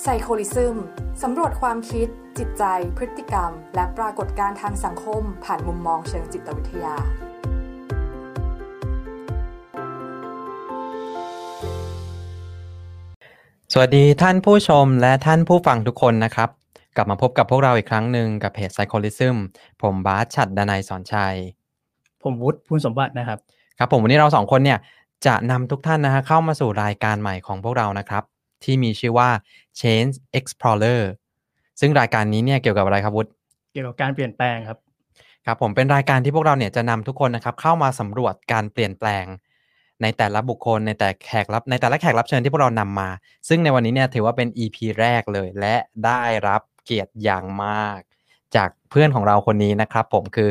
ไซโคลิซึมสำรวจความคิด จิตใจ พฤติกรรม และปรากฏการณ์ทางสังคม ผ่านมุมมองเชิงจิตวิทยา สวัสดีท่านผู้ชมและท่านผู้ฟังทุกคนนะครับ กลับมาพบกับพวกเราอีกครั้งหนึ่งกับเพจ Psycholism ผมบาสฉัดดนัยสอนชัย ผมวุฒิภูลสมบัตินะครับ ครับผมวันนี้เราสองคนเนี่ยจะนำทุกท่านนะฮะเข้ามาสู่รายการใหม่ของพวกเรานะครับ ที่มีชื่อว่า Change Explorer ซึ่งรายการนี้เนี่ยเกี่ยวกับอะไรครับวุฒิ เกี่ยวกับการเปลี่ยนแปลงครับ ครับผมเป็นรายการที่พวกเราเนี่ยจะนำทุกคนนะครับเข้ามาสำรวจการเปลี่ยนแปลง ในแต่ละบุคคลในแต่แขกรับในแต่ละแขกรับเชิญที่พวกเรานำมา ซึ่งในวันนี้เนี่ยถือว่าเป็น EP แรกเลย และได้รับเกียรติอย่างมาก จากเพื่อนของเราคนนี้นะครับผมคือ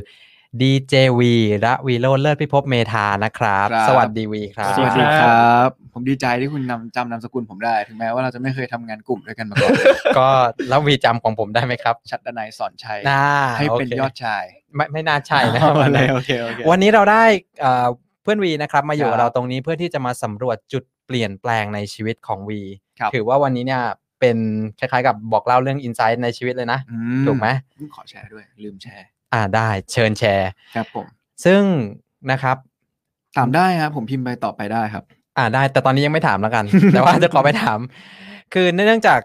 DJV ระวีโรจน์เลิศพิภพเมธานะครับ ครับ สวัสดีวีครับ สวัสดีครับ ผมดีใจที่คุณนำจำนามสกุลผมได้ ถึงแม้ว่าเราจะไม่เคยทำงานกลุ่มด้วยกันมาก่อน ก็แล้ววีจำของผมได้ไหมครับ ชัดดนัยสอนชัย น่า ให้เป็น โค ยอดชาย ไม่ไม่น่าใช่นะ โอเคโอเคโอเค วันนี้เราได้เอ่อเพื่อนวีนะครับมาอยู่กับ ครับ เราตรงนี้เพื่อที่จะมาสำรวจจุดเปลี่ยนแปลงในชีวิตของวี ครับ ถือว่าวันนี้เนี่ยเป็นคล้ายๆกับบอกเล่าเรื่องอินไซต์ในชีวิตเลยนะ อื ถูกไหม ขอแชร์ด้วย ลืมแชร์ อ่าได้เชิญแชร์ ครับผม ซึ่งนะครับ ถามได้ครับ ผมพิมพ์ไปตอบไปได้ครับ อ่าได้แต่ตอนนี้ยังไม่ถามแล้วกัน แต่ว่าจะขอไปถาม คือเนื่องจาก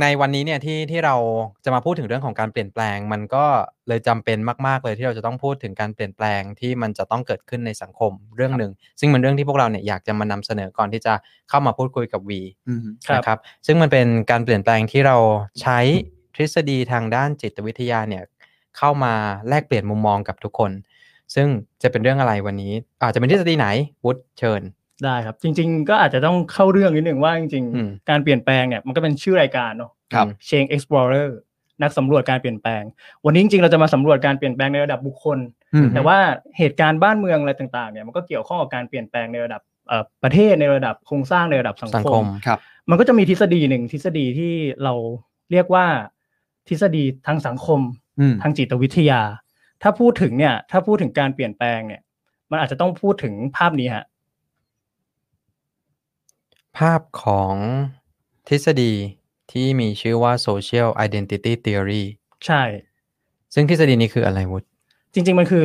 ในวันนี้เนี่ยที่ที่เราจะมาพูดถึงเรื่องของการเปลี่ยนแปลง มันก็เลยจำเป็นมากๆเลยที่เราจะต้องพูดถึงการเปลี่ยนแปลงที่มันจะต้องเกิดขึ้นในสังคมเรื่องหนึ่ง ซึ่งมันเรื่องที่พวกเราเนี่ยอยากจะมานำเสนอก่อนที่จะเข้ามาพูดคุยกับวี อืม ครับ นะครับซึ่งมันเป็นการเปลี่ยนแปลงที่เราใช้ทฤษฎีทางด้านจิตวิทยาเนี่ยเข้ามาแลกเปลี่ยนมุมมองกับทุกคน ซึ่งจะเป็นเรื่องอะไรวันนี้อาจจะเป็นทฤษฎีไหนวุฒิเชิญ ได้ครับ จริง ๆ ก็อาจจะต้องเข้าเรื่องนิดหนึ่งว่าจริง อืม ๆ การเปลี่ยนแปลงเนี่ยมันก็เป็นชื่อรายการเนาะ ครับ Change Explorer นักสำรวจการเปลี่ยนแปลง วันนี้จริงๆ เราจะมาสำรวจการเปลี่ยนแปลงในระดับบุคคล อืม แต่ว่าเหตุการณ์บ้านเมืองอะไรต่างๆ เนี่ยมันก็เกี่ยวข้องกับการเปลี่ยนแปลงในระดับเอ่อประเทศในระดับโครงสร้างในระดับสัง สัง ค ค ม ม ครับ มันก็จะมีทฤษฎีหนึ่งทฤษฎีที่เราเรียกว่าทฤษฎีทางสังคม อืม ทางจิตวิทยา ถ้าพูดถึงเนี่ย ถ้าพูดถึงการเปลี่ยนแปลงเนี่ย มันอาจจะต้องพูดถึงภาพนี้ฮะ ภาพของทฤษฎีที่มีชื่อว่า social identity theory ใช่ ซึ่งทฤษฎีนี้คืออะไรวุฒิ จริง ๆ มันคือ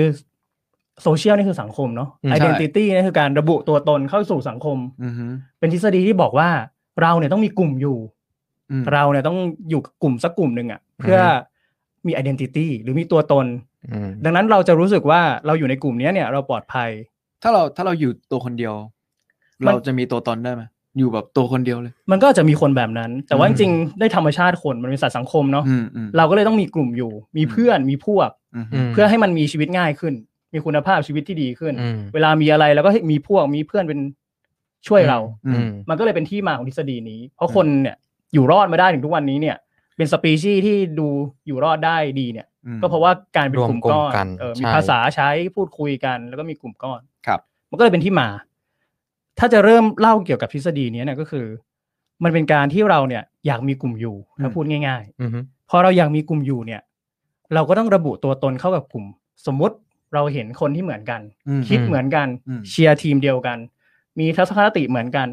โซเชียลนี่คือสังคมเนาะ อืม ใช่ identity นี่คือการระบุตัวตนเข้าสู่สังคม อืมฮึ เป็นทฤษฎีที่บอกว่าเราเนี่ยต้องมีกลุ่มอยู่ อืม เราเนี่ยต้องอยู่กับกลุ่มสักกลุ่มหนึ่งอะเพื่อมี identity หรือมีตัวตน อืม ดังนั้นเราจะรู้สึกว่าเราอยู่ในกลุ่มเนี้ยเนี่ยเราปลอดภัย ถ้าเราถ้าเราอยู่ตัวคนเดียว มัน เราจะมีตัวตนได้ไหมอยู่แบบตัวคนเดียวเลย มันก็จะมีคนแบบนั้น แต่ว่าจริงๆด้วยธรรมชาติคนมันเป็นสัตว์สังคมเนาะ อืมอืม เราก็เลยต้องมีกลุ่มอยู่ มีเพื่อน มีพวก อืม อืม เพื่อให้มันมีชีวิตง่ายขึ้น มีคุณภาพชีวิตที่ดีขึ้น อืม เวลามีอะไรแล้วก็ให้มีพวก มีเพื่อนเป็นช่วยเรา อืม มันก็เลยเป็นที่มาของทฤษฎีนี้ เพราะคนเนี่ยอยู่รอดมาได้ถึงทุกวันนี้เนี่ย เป็นสปีชีส์ที่ดูอยู่รอดได้ดีเนี่ย อืม ก็เพราะว่าการเป็นกลุ่มก้อ รวมกลุ่มกัน นเออมี ใช่ ภาษาใช้พูดคุยกัน แล้วก็มีกลุ่มก้อน ครับ มันก็เลยเป็นที่มา ถ้าจะเริ่มเล่าเกี่ยวกับทฤษฎีเนี้ยเนี่ยก็คือ มันเป็นการที่เราเนี่ยอยากมีกลุ่มอยู่ถ้าพูดง่าย ๆ อืม พอเราอยากมีกลุ่มอยู่เนี่ย เราก็ต้องระบุตัวตนเข้ากับกลุ่ม สมมติเราเห็นคนที่เหมือนกัน อืม คิดเหมือนกัน อืม เชียร์ทีมเดียวกัน มีทัศนคติเหมือนกัน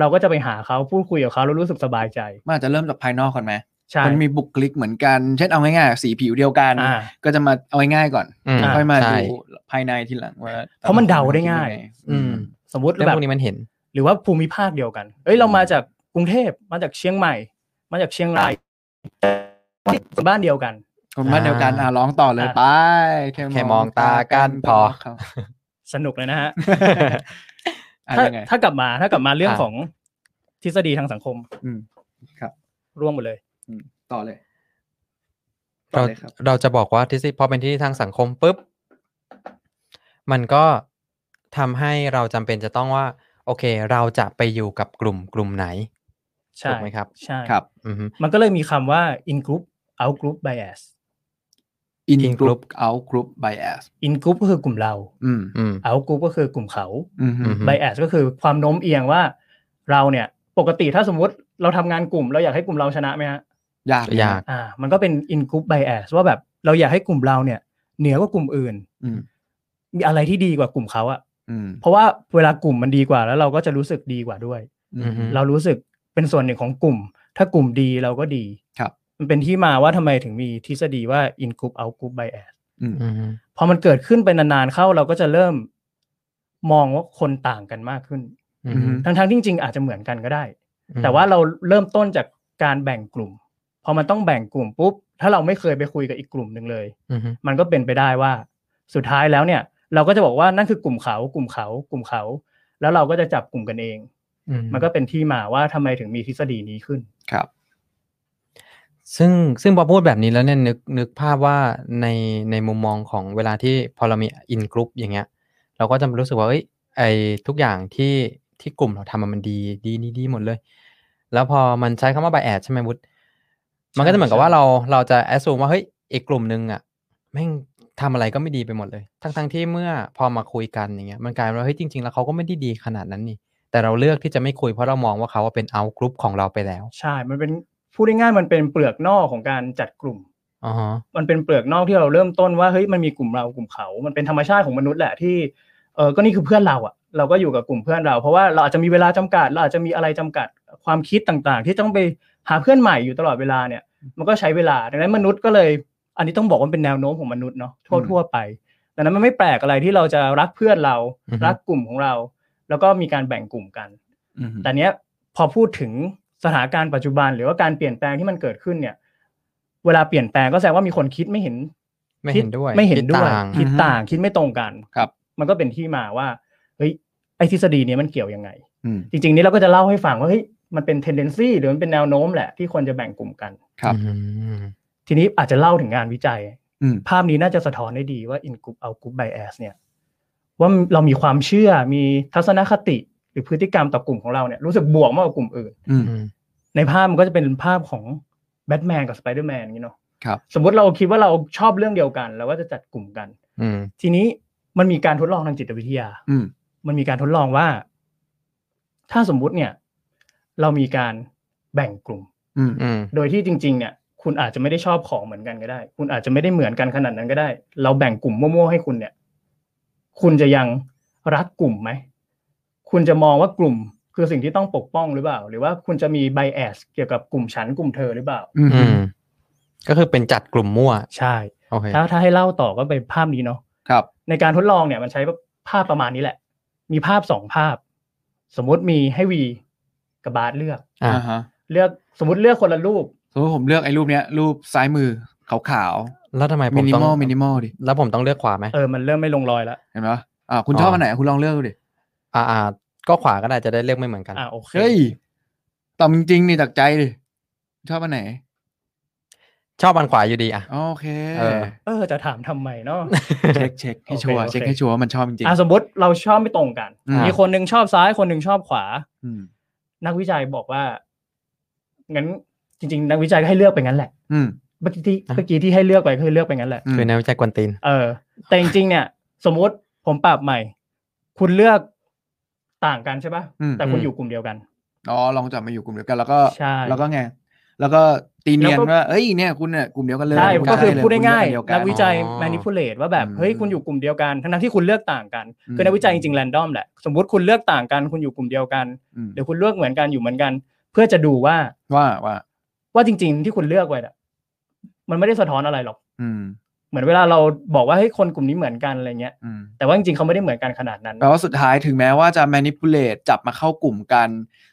เราก็จะไปหาเขาพูดคุยกับเขาแล้วรู้สึกสบายใจ มันอาจจะเริ่มจากภายนอกก่อนไหม ใช่ มันมีบุคลิกเหมือนกัน เช่นเอาง่ายๆสีผิวเดียวกัน อ่า ก็จะมาเอาง่ายๆก่อน อืม ค่อยมา ใช่ ดูภายในทีหลังว่า เพราะมันเดาได้ง่าย อืม สมมติ เรื่อง แบ พ บ วกนี้มันเห็น หรือว่าภูมิภาคเดียวกัน เอ้ยเรามาจากกรุงเทพมาจากเชียงใหม่ มาจากเชียงรายบ้านเดียวกัน คนบ้านเดียวกัน อ่า อ่ะร้องต่อเลย อ่ะ ไป แค่มองตากันพอ เขา สนุกเลยนะฮะ อะ ถ้า ยังไง ถ้ากลับมาถ้ากลับมาเรื่อง อ่ะ ของทฤษฎีทางสังคม อืมครับ ร่วมหมดเลย อืมต่อเลย ต่ เรา อเลยครับ เราจะบอกว่าทฤษฎีพอเป็นที่ทางสังคมปุ๊บ มันก็ทำให้เราจำเป็นจะต้องว่า โอเค เราจะไปอยู่กับกลุ่มกลุ่มไหน ใช่ ถูกไหมครับ ใช่ ครับ อืม มันก็เลยมีคำว่า in group out group bias in In group group out group bias in group ก็คือกลุ่มเรา อืม อืม out group ก็คือกลุ่มเขา อืม อืม bias ก็คือความโน้มเอียงว่าเราเนี่ยปกติถ้าสมมติเราทำงานกลุ่ม เราอยากให้กลุ่มเราชนะไหมฮะ ยาก ยาก อ่า มันก็เป็น in group bias ว่าแบบเราอยากให้กลุ่มเราเนี่ย เหนือกว่ากลุ่มอื่น อืม มีอะไรที่ดีกว่ากลุ่มเขาอะ อืม เพราะว่าเวลากลุ่มมันดีกว่าแล้วเราก็จะรู้สึกดีกว่าด้วย อืม อืม เรารู้สึกเป็นส่วนหนึ่งของกลุ่ม ถ้ากลุ่มดีเราก็ดี ครับ มันเป็นที่มาว่าทำไมถึงมีทฤษฎีว่า in group out group bias อืม อืม พอมันเกิดขึ้นไปนานๆเข้าเราก็จะเริ่มมองว่าคนต่างกันมากขึ้น อืม ทั้งๆที่จริงๆอาจจะเหมือนกันก็ได้ อืม แต่ว่าเราเริ่มต้นจากการแบ่งกลุ่ม พอมันต้องแบ่งกลุ่มปุ๊บ ถ้าเราไม่เคยไปคุยกับอีกกลุ่มหนึ่งเลย อืม มันก็เป็นไปได้ว่า สุดท้ายแล้วเนี่ย เราก็จะบอกว่านั่นคือกลุ่มเขา กลุ่มเขา กลุ่มเขา แล้วเราก็จะจับกลุ่มกันเอง อืม มันก็เป็นที่มาว่าทำไมถึงมีทฤษฎีนี้ขึ้น ครับ ซึ่งซึ่งพอพูดแบบนี้แล้วเนี่ยนึกนึกภาพว่าในในมุมมองของเวลาที่พอเรามีอินกรุ๊ปอย่างเงี้ย เราก็จะรู้สึกว่าเอ้ยไอทุกอย่างที่ที่กลุ่มเราทำอะมันดีดีดีดีหมดเลย แล้วพอมันใช้คำว่า b บแอดใช่ไหมวุฒิมันก็จะเหมือนกับว่าเราเราจะแอสซูมว่าเฮ้ยไอกลุ่มหนึ่งอ่ะแม่งทำอะไรก็ไม่ดีไปหมดเลย ทั้งทั้งที่เมื่อพอมาคุยกันอย่างเงี้ยมันกลายเป็นว่าเฮ้ยจริง ๆ แล้วเขาก็ไม่ได้ดีขนาดนั้นนี่แต่เราเลือกที่จะไม่คุยเพราะเรามองว่าเขาว่าเป็นเอากรุ๊ปของเราไปแล้ว ใช่ มันเป็นพูดง่ายๆมันเป็นเปลือกนอกของการจัดกลุ่ม อ๋อฮะ มันเป็นเปลือกนอกที่เราเริ่มต้นว่าเฮ้ยมันมีกลุ่มเรากลุ่มเขา มันเป็นธรรมชาติของมนุษย์แหละที่เออก็นี่คือเพื่อนเราอะเราก็อยู่กับกลุ่มเพื่อนเรา เพราะว่าเราอาจจะมีเวลาจำกัด เราอาจจะมีอะไรจำกัดความคิดต่างๆ ที่ต้องไปหาเพื่อนใหม่อยู่ตลอดเวลาเนี่ย มันก็ใช้เวลาดังนั้นมนุษย์ก็เลย อันนี้ต้องบอกว่าเป็นแนวโน้มของมนุษย์เนาะทั่วทั่วๆไปดังนั้นมันไม่แปลกอะไรที่เราจะรักเพื่อนเรา อือฮึ รักกลุ่มของเรา แล้วก็มีการแบ่งกลุ่มกัน อืม แต่เนี้ยพอพูดถึงสถานการณ์ปัจจุบันหรือว่าการเปลี่ยนแปลงที่มันเกิดขึ้นเนี่ย เวลาเปลี่ยนแปลงก็แสดงว่ามีคนคิดไม่เห็น ไม่เห็นด้วย คิไม่เห็นด้วคิดยต่าง คิดต่างคิดไม่ตรงกัน ครับ มันก็เป็นที่มาว่าเฮ้ยไอ้ทฤษฎีเนี้ยมันเกี่ยวยังไง อืม จริงๆนี้เราก็จะเล่าให้ฟังว่าเฮ้ยมันเป็น tendency หรือมันเป็นแนวโน้มแหละที่คนจะแบ่งกลุ่มกัน ครับ อืม ทีนี้อาจจะเล่าถึงงานวิจัย อืม ภาพนี้น่าจะสะท้อนได้ดีว่า in group out group bias เนี่ยว่าเรามีความเชื่อมีทัศนคติ หรือพฤติกรรมต่อกลุ่มของเราเนี่ยรู้สึกบวกมากกว่ากลุ่มอื่น อืม อืม ในภาพมันก็จะเป็นภาพของแบทแมนกับสไปเดอร์แมนอย่างนี้เนาะ ครับ สมมติเราคิดว่าเราชอบเรื่องเดียวกันเราก็จะจัดกลุ่มกัน อืม ทีนี้มันมีการทดลองทางจิตวิทยา อืม มันมีการทดลองว่า ถ้าสมมุติเนี่ย เรามีการแบ่งกลุ่ม อืม อืม โดยที่จริง ๆ เนี่ย คุณอาจจะไม่ได้ชอบของเหมือนกันก็ได้ คุณอาจจะไม่ได้เหมือนกันขนาดนั้นก็ได้ เราแบ่งกลุ่มมั่วๆให้คุณเนี่ย คุณจะยังรักกลุ่มไหม คุณจะมองว่ากลุ่มคือสิ่งที่ต้องปกป้องหรือเปล่า หรือว่าคุณจะมี bias เกี่ยวกับกลุ่มฉันกลุ่มเธอหรือเปล่า อืม อืม ก็คือเป็นจัดกลุ่มมั่ว ใช่ โอเค ถ้าถ้าให้เล่าต่อก็เป็นภาพนี้เนาะ ครับ ในการทดลองเนี่ยมันใช้ภาพประมาณนี้แหละ มีภาพสองภาพ สมมติมีให้วีกับบาสเลือก อ่า อ่าฮะ เลือกสมมติเลือกคนละรูป สมมติผมเลือกไอ้รูปเนี้ย รูปซ้ายมือขาว แล้วทำไม ๆ ผ มิ ม นิ ต้อง มอลมินิมอลดิ แล้วผมต้องเลือกขวาไหม เออมันเริ่มไม่ลงรอยแล้ว เห็นไหมอ่าคุณชออ๋อบอั อันไหน คุณลองเลือกดูดิ อ่าอ่าก็ขวาก็ได้จะได้เลือกไม่เหมือนกัน อ่าโอเค เฮ้ยตอบจริงๆนี่จากใจดิชอบอันไหน ชอบอันขวาอยู่ดีอ่ะ อ๋อโอเค เออ เออจะถามทำไมเนาะ เช็คเช็คให้ชัวร์ โอเคโอเค เช็คให้ชัวร์ว่ามันชอบจริง อ่ะสมมติเราชอบไม่ตรงกัน อืม มีคนหนึ่งชอบซ้ายคนหนึ่งชอบขวา ๆอืม นักวิจัยบอกว่า งั้นจริง ๆ นักวิจัยก็ให้เลือกไปงั้นแหละ อืม เมื่อกี้ที่เมื่อกี้ที่ให้เลือกไปคือเลือกไปงั้นแหละ อืม คือแนววิจัยกวนตีน เออ แต่จริงๆเนี่ย สมมติผมปรับใหม่ คุณเลือกต่างกันใช่ปะ อืม แต่คุณ อืม อยู่กลุ่มเดียวกัน อ๋อลองจับมาอยู่กลุ่มเดียวกัน แล้วก็ ใช่ แล้วก็ไงแล้วก็ตีเนียน แล้วก็ ว่าเอ้ยเนี่ยคุณเนี่ยกลุ่มเดียวกันเลย ใช่ ณ ก็คือ เล พูดง่าย คุณเลือ ๆ อั นั น ก เดี วิ ยวกัน จัย อ๋อ manipulate ว่าแบบ อืม เฮ้ยคุณอยู่กลุ่มเดียวกันทั้งๆที่คุณเลือกต่างกัน อืม คือนักวิจัยจริงๆ random แหละสมมติคุณเลือกต่างกัน คุณอยู่กลุ่มเดียวกัน อืม หรือคุณเลือกเหมือนกันอยู่เหมือนกัน เพื่อจะดูว่า ว่าว่า ว่าจริง ๆ ที่คุณเลือกไว้น่ะมันไม่ได้สะท้อนอะไรหรอก อืม เหมือนเวลาเราบอกว่าให้ยคนกลุ่มนี้เหมือนกันอะไรเงี้ย อืม แต่ว่าจริงๆเขาไม่ได้เหมือนกันขนาดนั้น แปลว่าสุดท้ายถึงแม้ว่าจะ manipulate จับมาเข้ากลุ่มกัน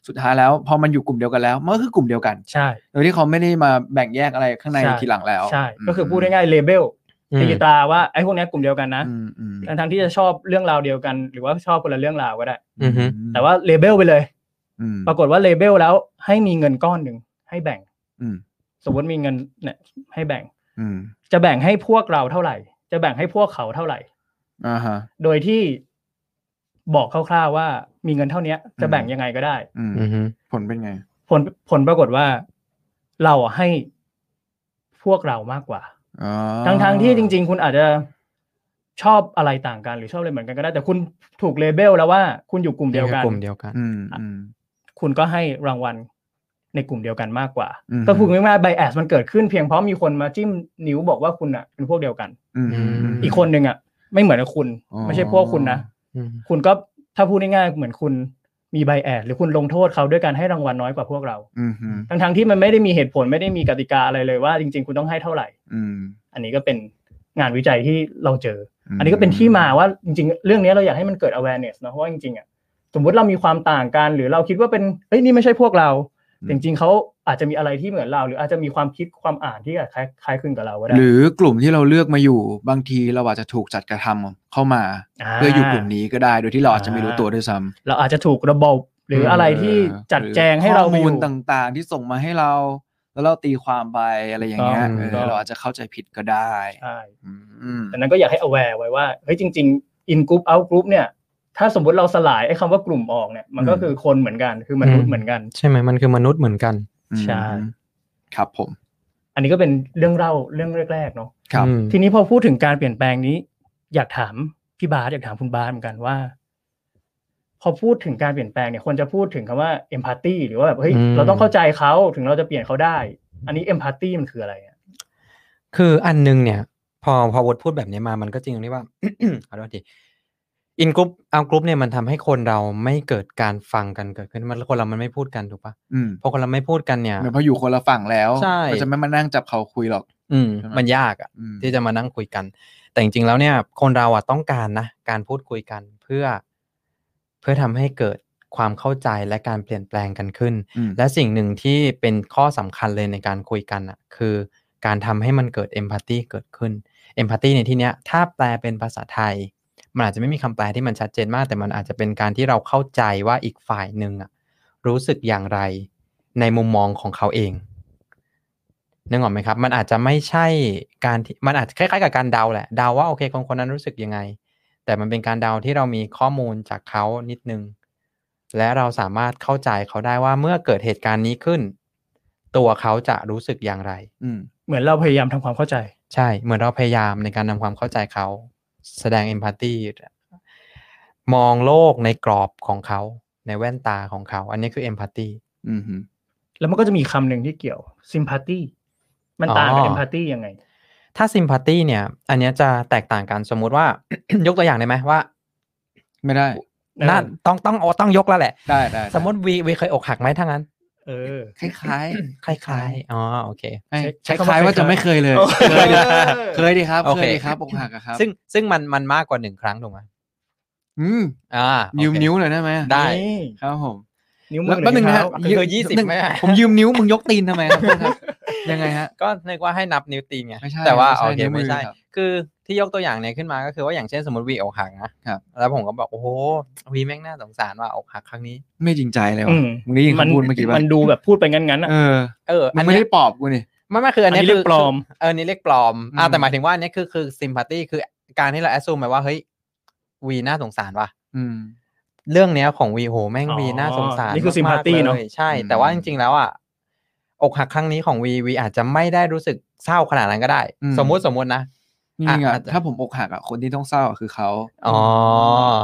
สุดท้ายแล้วพอมันอยู่กลุ่มเดียวกันแล้วมันก็คือกลุ่มเดียวกัน ใช่ โดยที่เขาไม่ได้มาแบ่งแยกอะไรข้างใน ใช่ ทีหลังแล้ว ใช่ ก็คือพูดง่ายๆเลเบล อืม ตีตราว่าไอ้พวกเนี้ยกลุ่มเดียวกันนะ อืมอืม ทั้งๆที่จะชอบเรื่องราวเดียวกัน หรือว่าชอบคนละเรื่องราวก็ได้ อือฮึ แต่ว่าเลเบลไปเลย อืม ปรากฏว่าเลเบลแล้วให้มีเงินก้อนหนึ่งให้แบ่ง อืม สมมติมีเงินเนี่ยให้แบ่ง อืม จะแบ่งให้พวกเราเท่าไหร่ จะแบ่งให้พวกเขาเท่าไหร่ อ่าฮะ โดยที่บอกคร่าวๆว่ามีเงินเท่าเนี้ย จะแบ่งยังไงก็ได้ อืม อือฮึ ผลเป็นไง ผลผลปรากฏว่าเราอะให้พวกเรามากกว่า อ๋อ ทั้งทงๆที่จริง ๆ คุณอาจจะชอบอะไรต่างกัน หรือชอบอะไรเหมือนกันก็ได้ แต่คุณถูกเลเบลแล้วว่าคุณอยู่กลุ่มเดียวกัน กลุ่มเดียวกัน อืมอืม คุณก็ให้รางวัลในกลุ่มเดียวกันมากกว่า อืม ก็พูดง่ายๆไบแอสมันเกิดขึ้นเพียงเพราะมีคนมาจิ้มนิ้วบอกว่าคุณอ่ะเป็นพวกเดียวกัน อืมอืม อีกคนหนึ่งอ่ะไม่เหมือนกับคุณ อ๋อ ไม่ใช่พวกคุณนะ อืม คุณก็ถ้าพูดง่ายๆเหมือนคุณ มีใบแอดหรือคุณลงโทษเขาด้วยการให้รางวัลน้อยกว่าพวกเรา อืมฮึ ทั้งๆที่มันไม่ได้มีเหตุผลไม่ได้มีกติกาอะไรเลยว่าจริง ๆ คุณต้องให้เท่าไหร่ อืม อันนี้ก็เป็นงานวิจัยที่เราเจอ ม อันนี้ก็เป็นที่มาว่าจริงๆ เรื่องนี้เราอยากให้มันเกิด awareness เนอะเพราะว่าจริงๆอ่ะสมมติเรามีความต่างกัน หรือเราคิดว่าเป็นเอ้ยนี่ไม่ใช่พวกเรา อืม แต่จริงๆเขาอาจจะมีอะไรที่เหมือนเรา หรืออาจจะมีความคิดความอ่านที่คล้ายคล้ายคลึงกับเราก็ได้ หรือกลุ่มที่เราเลือกมาอยู่บางทีเราอาจจะถูกจัดกระทำเข้ามา า เพื่ออยู่กลุ่มนี้ก็ได้โดยที่เราอาจจะไม่รู้ตัวด้วยซ้ำ เราอาจจะถูกระบบหรืออะไรที่ เออ จัดแจงให้เรา ข้อ ไปอ มูล ยู่ ต่างๆ ที่ส่งมาให้เรา แล้วเราตีความไปอะไรอย่างเงี้ย ถูกต้อง เออเราอาจจะเข้าใจผิดก็ได้ ใช่ อืม ดังนั้นก็อยากให้ aware ไว้ว่าเฮ้ยจริง ๆ in group out group เนี่ย ถ้าสมมติเราสลายไอ้คำว่ากลุ่มออกเนี่ย มันก็คือคนเหมือนกันคือมนุษย์เหมือนกัน ใช่ไหมมันคือมนุษย์เหมือนกัน ใช่ อืมครับผม อันนี้ก็เป็นเรื่องเล่าเรื่องแรกๆเนาะ ครับ อืม ทีนี้พอพูดถึงการเปลี่ยนแปลงนี้ อยากถามพี่บาสอยากถามคุณบาสเหมือนกันว่า พอพูดถึงการเปลี่ยนแปลงเนี่ยควรจะพูดถึงคำว่า empathy หรือว่าแบบเฮ้ยเราต้องเข้าใจเขาถึงเราจะเปลี่ยนเขาได้ อันนี้ empathy มันคืออะไรอะ คืออันนึงเนี่ย พอพอวดพูดแบบนี้มามันก็จริงตรงที่ว่า ขอโทษทีอินกรุ๊ปเอากรุ๊ปเนี่ยมันทำให้คนเราไม่เกิดการฟังกันเกิดขึ้นมันคนเรามันไม่พูดกันถูกปะ อืม พอคนเราไม่พูดกันเนี่ย เหมือนพออยู่คนละฝั่งแล้ว ใช่ ก็จะไม่มานั่งจับเขาคุยหรอก อืม ใช่ไหม มันยากอะ อืม ที่จะมานั่งคุยกัน แต่จริงๆ แล้วเนี่ย คนเราอ่ะต้องการนะ การพูดคุยกันเพื่อ เพื่อทำให้เกิดความเข้าใจและการเปลี่ยนแปลงกันขึ้น อืม และสิ่งหนึ่งที่เป็นข้อสำคัญเลยในการคุยกันอ่ะ คือการทำให้มันเกิดเอมพัตตีเกิดขึ้นเอมพัตตีในที่เนี้ย ถ้าแปลเป็นภาษาไทย มันอาจจะไม่มีคำแปลที่มันชัดเจนมาก แต่มันอาจจะเป็นการที่เราเข้าใจว่าอีกฝ่ายหนึ่งอ่ะ รู้สึกอย่างไรในมุมมองของเขาเองนึกออกไหมครับ มันอาจจะไม่ใช่การที่มันอาจจะคล้ายๆกับการเดาแหละเดาว่าโอเคคนคนนั้นรู้สึกยังไง แต่มันเป็นการเดาที่เรามีข้อมูลจากเขานิดนึง และเราสามารถเข้าใจเขาได้ว่าเมื่อเกิดเหตุการณ์นี้ขึ้น ตัวเขาจะรู้สึกอย่างไร อืม เหมือนเราพยายามทำความเข้าใจ ใช่ เหมือนเราพยายามในการทำความเข้าใจเขา แสดงเอมพัตตีมองโลกในกรอบของเขา ในแว่นตาของเขา อันนี้คือเอมพัตตี อืมฮึ แล้วมันก็จะมีคำหนึ่งที่เกี่ยว sympathy มันต่างกับ อ๋อ empathy ยังไง ถ้าซิมพัตตีเนี่ย อันเนี้ยจะแตกต่างกันสมมุติว่า ยกตัวอย่างได้ไหมว่า ไม่ได้ เออ น่าต้องต้องโอต้องยกแล้วแหละ ได้ได้ได้ สมมติวีวีเคยอกหักไหมทั้างนั้น เออ คล้าย คล้ายๆอ๋อโอเค ๆเอ้ย ใช้ คล้าย คำว่า คล้ายๆว่าจะ คล้ายๆ ไม่เคยเลย โอเค เคยดิเคยดิครับ โอเคเคยดิ ครับอกหักอะครับ ซึ่งซึ่งมันมันมากกว่าหนึ่งครั้งถูกไหม อืม อ่ายืยืมนิ้วหน่อยได้ไหม ได้ ครับผม นิ้วมื แล้ว อ แป๊บนึงนะ เท้า ฮะ คือคือ20 แป๊บนึง ไม่ได้ ผมยืมนิ้วมึงยกตีนทำไมครับครับ ยังไงฮะ ก็นึกว่าให้นับนิ้วตีนไง ไม่ใช่ แต่ว่า ไม่ใช่ โอเค นิ้วมือ ไม่ใช่ ครับ คือที่ยกตัวอย่างเนี่ยขึ้นมาก็คือว่าอย่างเช่นสมมติวีอกหักนะครับ แล้วผมก็บอกโอ้โหวีแม่งน่าสงสารว่าอกหักครั้งนี้ ไม่จริงใจเลย อื ว่ะ ม มึงได้ยินคำพูดเมื่อกี้ป่ะ มันดูแบบพูดไปงั้นๆอ่ะ เออ เออ มั อั น น ไม่ เนี้ย ได้ปอบกูนี่ ไม่ไม่คืออันเนี้ อันนี้ คื เรียกปลอม คืเออนี่เรียกปลอมอ่า อืม แต่หมายถึงว่าอันเนี้ยคือคือซิมพัตตีคือการที่เราแอสซูมไปว่าเฮ้ยวีน่าสงสารว่ะ อืม เรื่องเนี้ยของวีโหแม่ง อ๋อ วีน่าสงสาร นี่คือ มกๆ sympathy เนอะ ลยใช่ อืม แต่ว่าจริงๆแล้วอ่ะอกหักครั้งนี้ของวีวีอาจจะไม่ได้รู้สึกเศร้าขนาดนั้นก็ได้ สมมุติสมมุตินะ นี่ไง อ่ะ ถ้าผมอกหักอ่ะคนที่ต้องเศร้าอ่ะคือเขา อ๋อ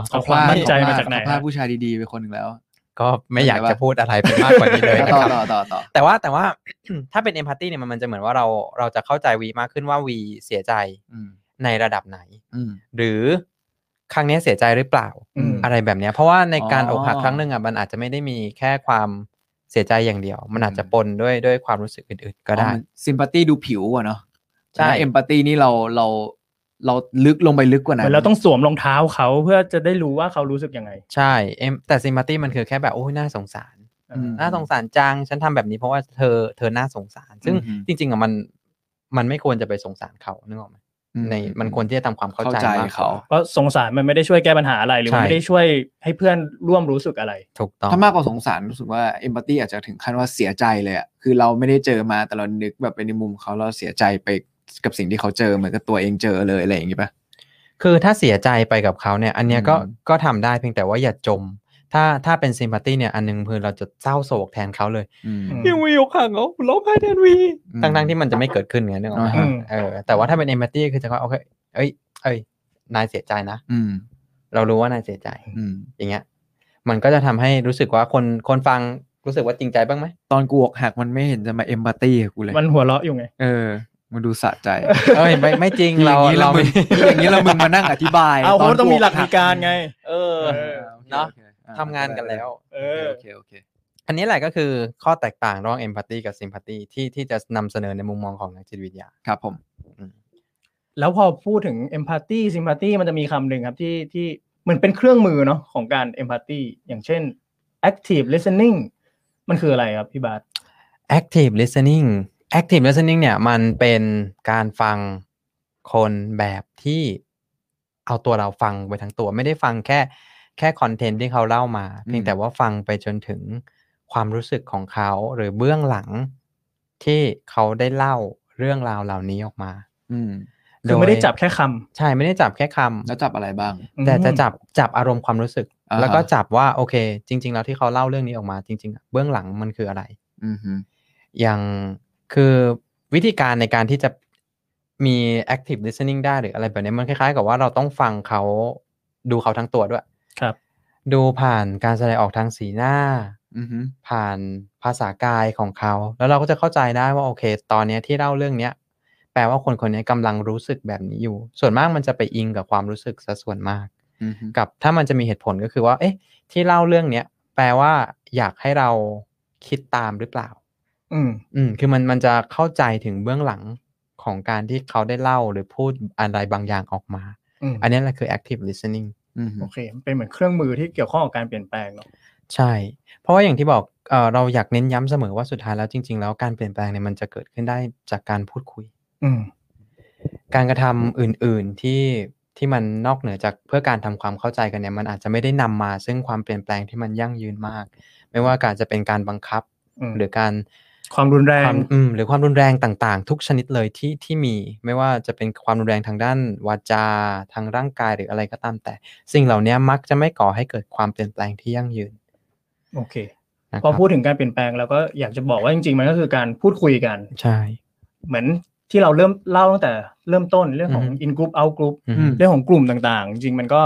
เอาความมั่นใจมาจากไหน เขพลดผู้ชายดีๆไปคนหนึ่งแล้ว ก็ไม่อยากจะพูดอะไรไปมากกว่านี้เลยนะ ต่อ ครับ ต่อต่อต่อ แต่ว่าแต่ว่า ถ้าเป็นเอมพัตตีเนี่ยมันมันจะเหมือนว่าเราเราจะเข้าใจวีมากขึ้นว่าวีเสียใจ อืม ในระดับไหน อืม หรือครั้งเนี้ยเสียใจหรือเปล่า อืม อะไรแบบเนี้ยเพราะว่าในการออ๋อ กหักครั้งหนึ่งอ่ะมันอาจจะไม่ได้มีแค่ความเสียใจอย่างเดียว มันอาจจะปนด้วยด้วยความรู้สึกอื่นๆ ก็ได้ ซิมพัตตีดูผิวอ่ะเนาะ ใช่ เอมพัตตีนี่เราเราเราลึกลงไปลึกกว่า เห นั้ มือน น เราต้องสวมรองเท้าเขาเพื่อจะได้รู้ว่าเขารู้สึกยังไง ใช่เอ็มแต่ซิมพัตตี้มันคือแค่แบบโอ้ยน่าสงสาร อืม น่าสงสารจังฉันทำแบบนี้เพราะว่าเธอเธอน่าสงสาร ซึ่ง อืม จริงๆอ่ะมันมันไม่ควรจะไปสงสารเขานึกออกไหม อื ในมันควรที่จะทำความเข้า เข้า ใจ ใจ มากก เขา ว่า เพราะสงสารมันไม่ได้ช่วยแก้ปัญหาอะไร หรือมัน ใช่ ไม่ได้ช่วยให้เพื่อนร่วมรู้สึกอะไร ถูกต้อง ถ้ามากกว่าสงสารรู้สึกว่าเอมพัตตีอาจจะถึงขั้นว่าเสียใจเลยอ่ะคือเราไม่ได้เจอมาแต่เรานึกแบบไปในมุมเขาเราเสียใจไปกับสิ่งที่เขาเจอเหมือนกับตัวเองเจอเลยอะไรอย่างงี้ป่ะ คือถ้าเสียใจไปกับเขาเนี่ย อันเนี้ยก็ อืม ก็ทำได้เพียงแต่ว่าอย่าจม ถ้าถ้าเป็นซิมพัตตีเนี่ยอันหนึงคือเราจะเศร้าโศกแทนเขาเลย อืม อืม พี่วีอกหักเหรอร้องไห้แทนวี อืม ทั้งทั้งๆที่มันจะไม่เกิดขึ้นไงนึกออกไหม อืม เออแต่ว่าถ้าเป็นเอมพัตตี้คือจะว่าโอเคเอ้ย เอ้ย นายเสียใจนะ อืม เรารู้ว่านายเสียใจ อืม อย่างเงี้ย มันก็จะทำให้รู้สึกว่าคนคนฟังรู้สึกว่าจริงใจ บ้างไหม ตอนกูอกหักมันไม่เห็นจะมาเอมพัตตี้กับกูเลย มันหัวเราะอยู่ไง เออ มันดูสะใจ เอ้ยไม่ไม่จริงเรา อย่งนี้ เรา เรามึงอย่างนี้เรามึงมานั่งอธิบาย เอาเพราะมันต้องมีหลัก ว มีการไง เออ เออ เนาะ โอเค อ่ ทำงานกันแล้ว เออ โอเคโอเคโอเค อันนี้แหละก็คือข้อแตกต่างระหว่างเอมพัตตีกับซิมพัตตีที่ที่จะนำเสนอในมุมมองของนักจิตวิทยา ครับผม แล้วพอพูดถึง empathy sympathy มันจะมีคำหนึ่งครับที่ที่เหมันเป็นเครื่องมือเนาะของการ empathy อย่างเช่น active listening มันคืออะไรครับพี่บาส active listening active listening เนี่ยมันเป็นการฟังคนแบบที่เอาตัวเราฟังไปทั้งตัว ไม่ได้ฟังแค่แค่คอนเทนต์ที่เขาเล่ามา เพียงแต่ว่าฟังไปจนถึงความรู้สึกของเขาหรือเบื้องหลังที่เขาได้เล่าเรื่องราวเหล่านี้ออกมา อืม คือไม่ได้จับแค่ค ใช่ไม่ได้จับแค่คำ แล้วจับอะไรบ้าง อืม แต่จะจับจับอารมณ์ความรู้สึก อ่าฮะ แล้วก็จับว่าโอเค จริง ๆ แล้วที่เขาเล่าเรื่องนี้ออกมาจริงๆอะเบื้องหลังมันคืออะไร อืมฮึ อย่างคือวิธีการในการที่จะมี active listening ได้หรืออะไรแบบนี้มันคล้ายๆ กับว่าเราต้องฟังเขาดูเขาทั้งตัวด้วย ครับ ดูผ่านการแสดงออกทางสีหน้า อืมฮึ ผ่านภาษากายของเขา แล้วเราก็จะเข้าใจได้ว่าโอเค ตอนเนี้ยที่เล่าเรื่องเนี้ยแปลว่าคนคนนี้กำลังรู้สึกแบบนี้อยู่ ส่วนมากมันจะไปอิงกับความรู้สึกซะส่วนมาก อืมฮึ กับถ้ามันจะมีเหตุผลก็คือว่า เอ๊ะ ที่เล่าเรื่องเนี้ยแปลว่าอยากให้เราคิดตามหรือเปล่า ำอืม อืม คือมันมันจะเข้าใจถึงเบื้องหลังของการที่เขาได้เล่าหรือพูดอะไรบางอย่างออกมา อืม อันนี้แหละคือ active listening อืมฮึ โอเค เป็นเหมือนเครื่องมือที่เกี่ยวข้องกับการเปลี่ยนแปลงเนาะ ใช่ เพราะว่าอย่างที่บอกเออเราอยากเน้นย้ำเสมอว่าสุดท้ายแล้วจริง ๆ แล้วการเปลี่ยนแปลงเนี่ยมันจะเกิดขึ้นได้จากการพูดคุย อืม การกระทำอื่น ๆ ที่ที่มันนอกเหนือจากเพื่อการทำความเข้าใจกันเนี่ยมันอาจจะไม่ได้นำมา ซึ่งความเปลี่ยนแปลงที่มันยั่งยืนมาก ไม่ว่าการจะเป็นการบังคับ อืม หรือการ ความรุนแร ค ง วามอืมหรือความรุนแรงต่างๆ ทุกชนิดเลยที่ที่มี ไม่ว่าจะเป็นความรุนแรงทางด้านวาจาทางร่างกายหรืออะไรก็ตามแต่ สิ่งเหล่านี้มักจะไม่ก่อให้เกิดความเปลี่ยนแปลงที่ยั่งยืน โอเค นะค พอ รับ พูดถึงการเปลี่ยนแปลงเราก็อยากจะบอกว่าจริงๆ มันก็คือการพูดคุยกัน ใช่ เหมือนที่เราเริ่มเล่าตั้งแต่เริ่มต้นเรื่องของ in group out group อืม เรื่องของกลุ่มต่างๆ จริงๆ มันก็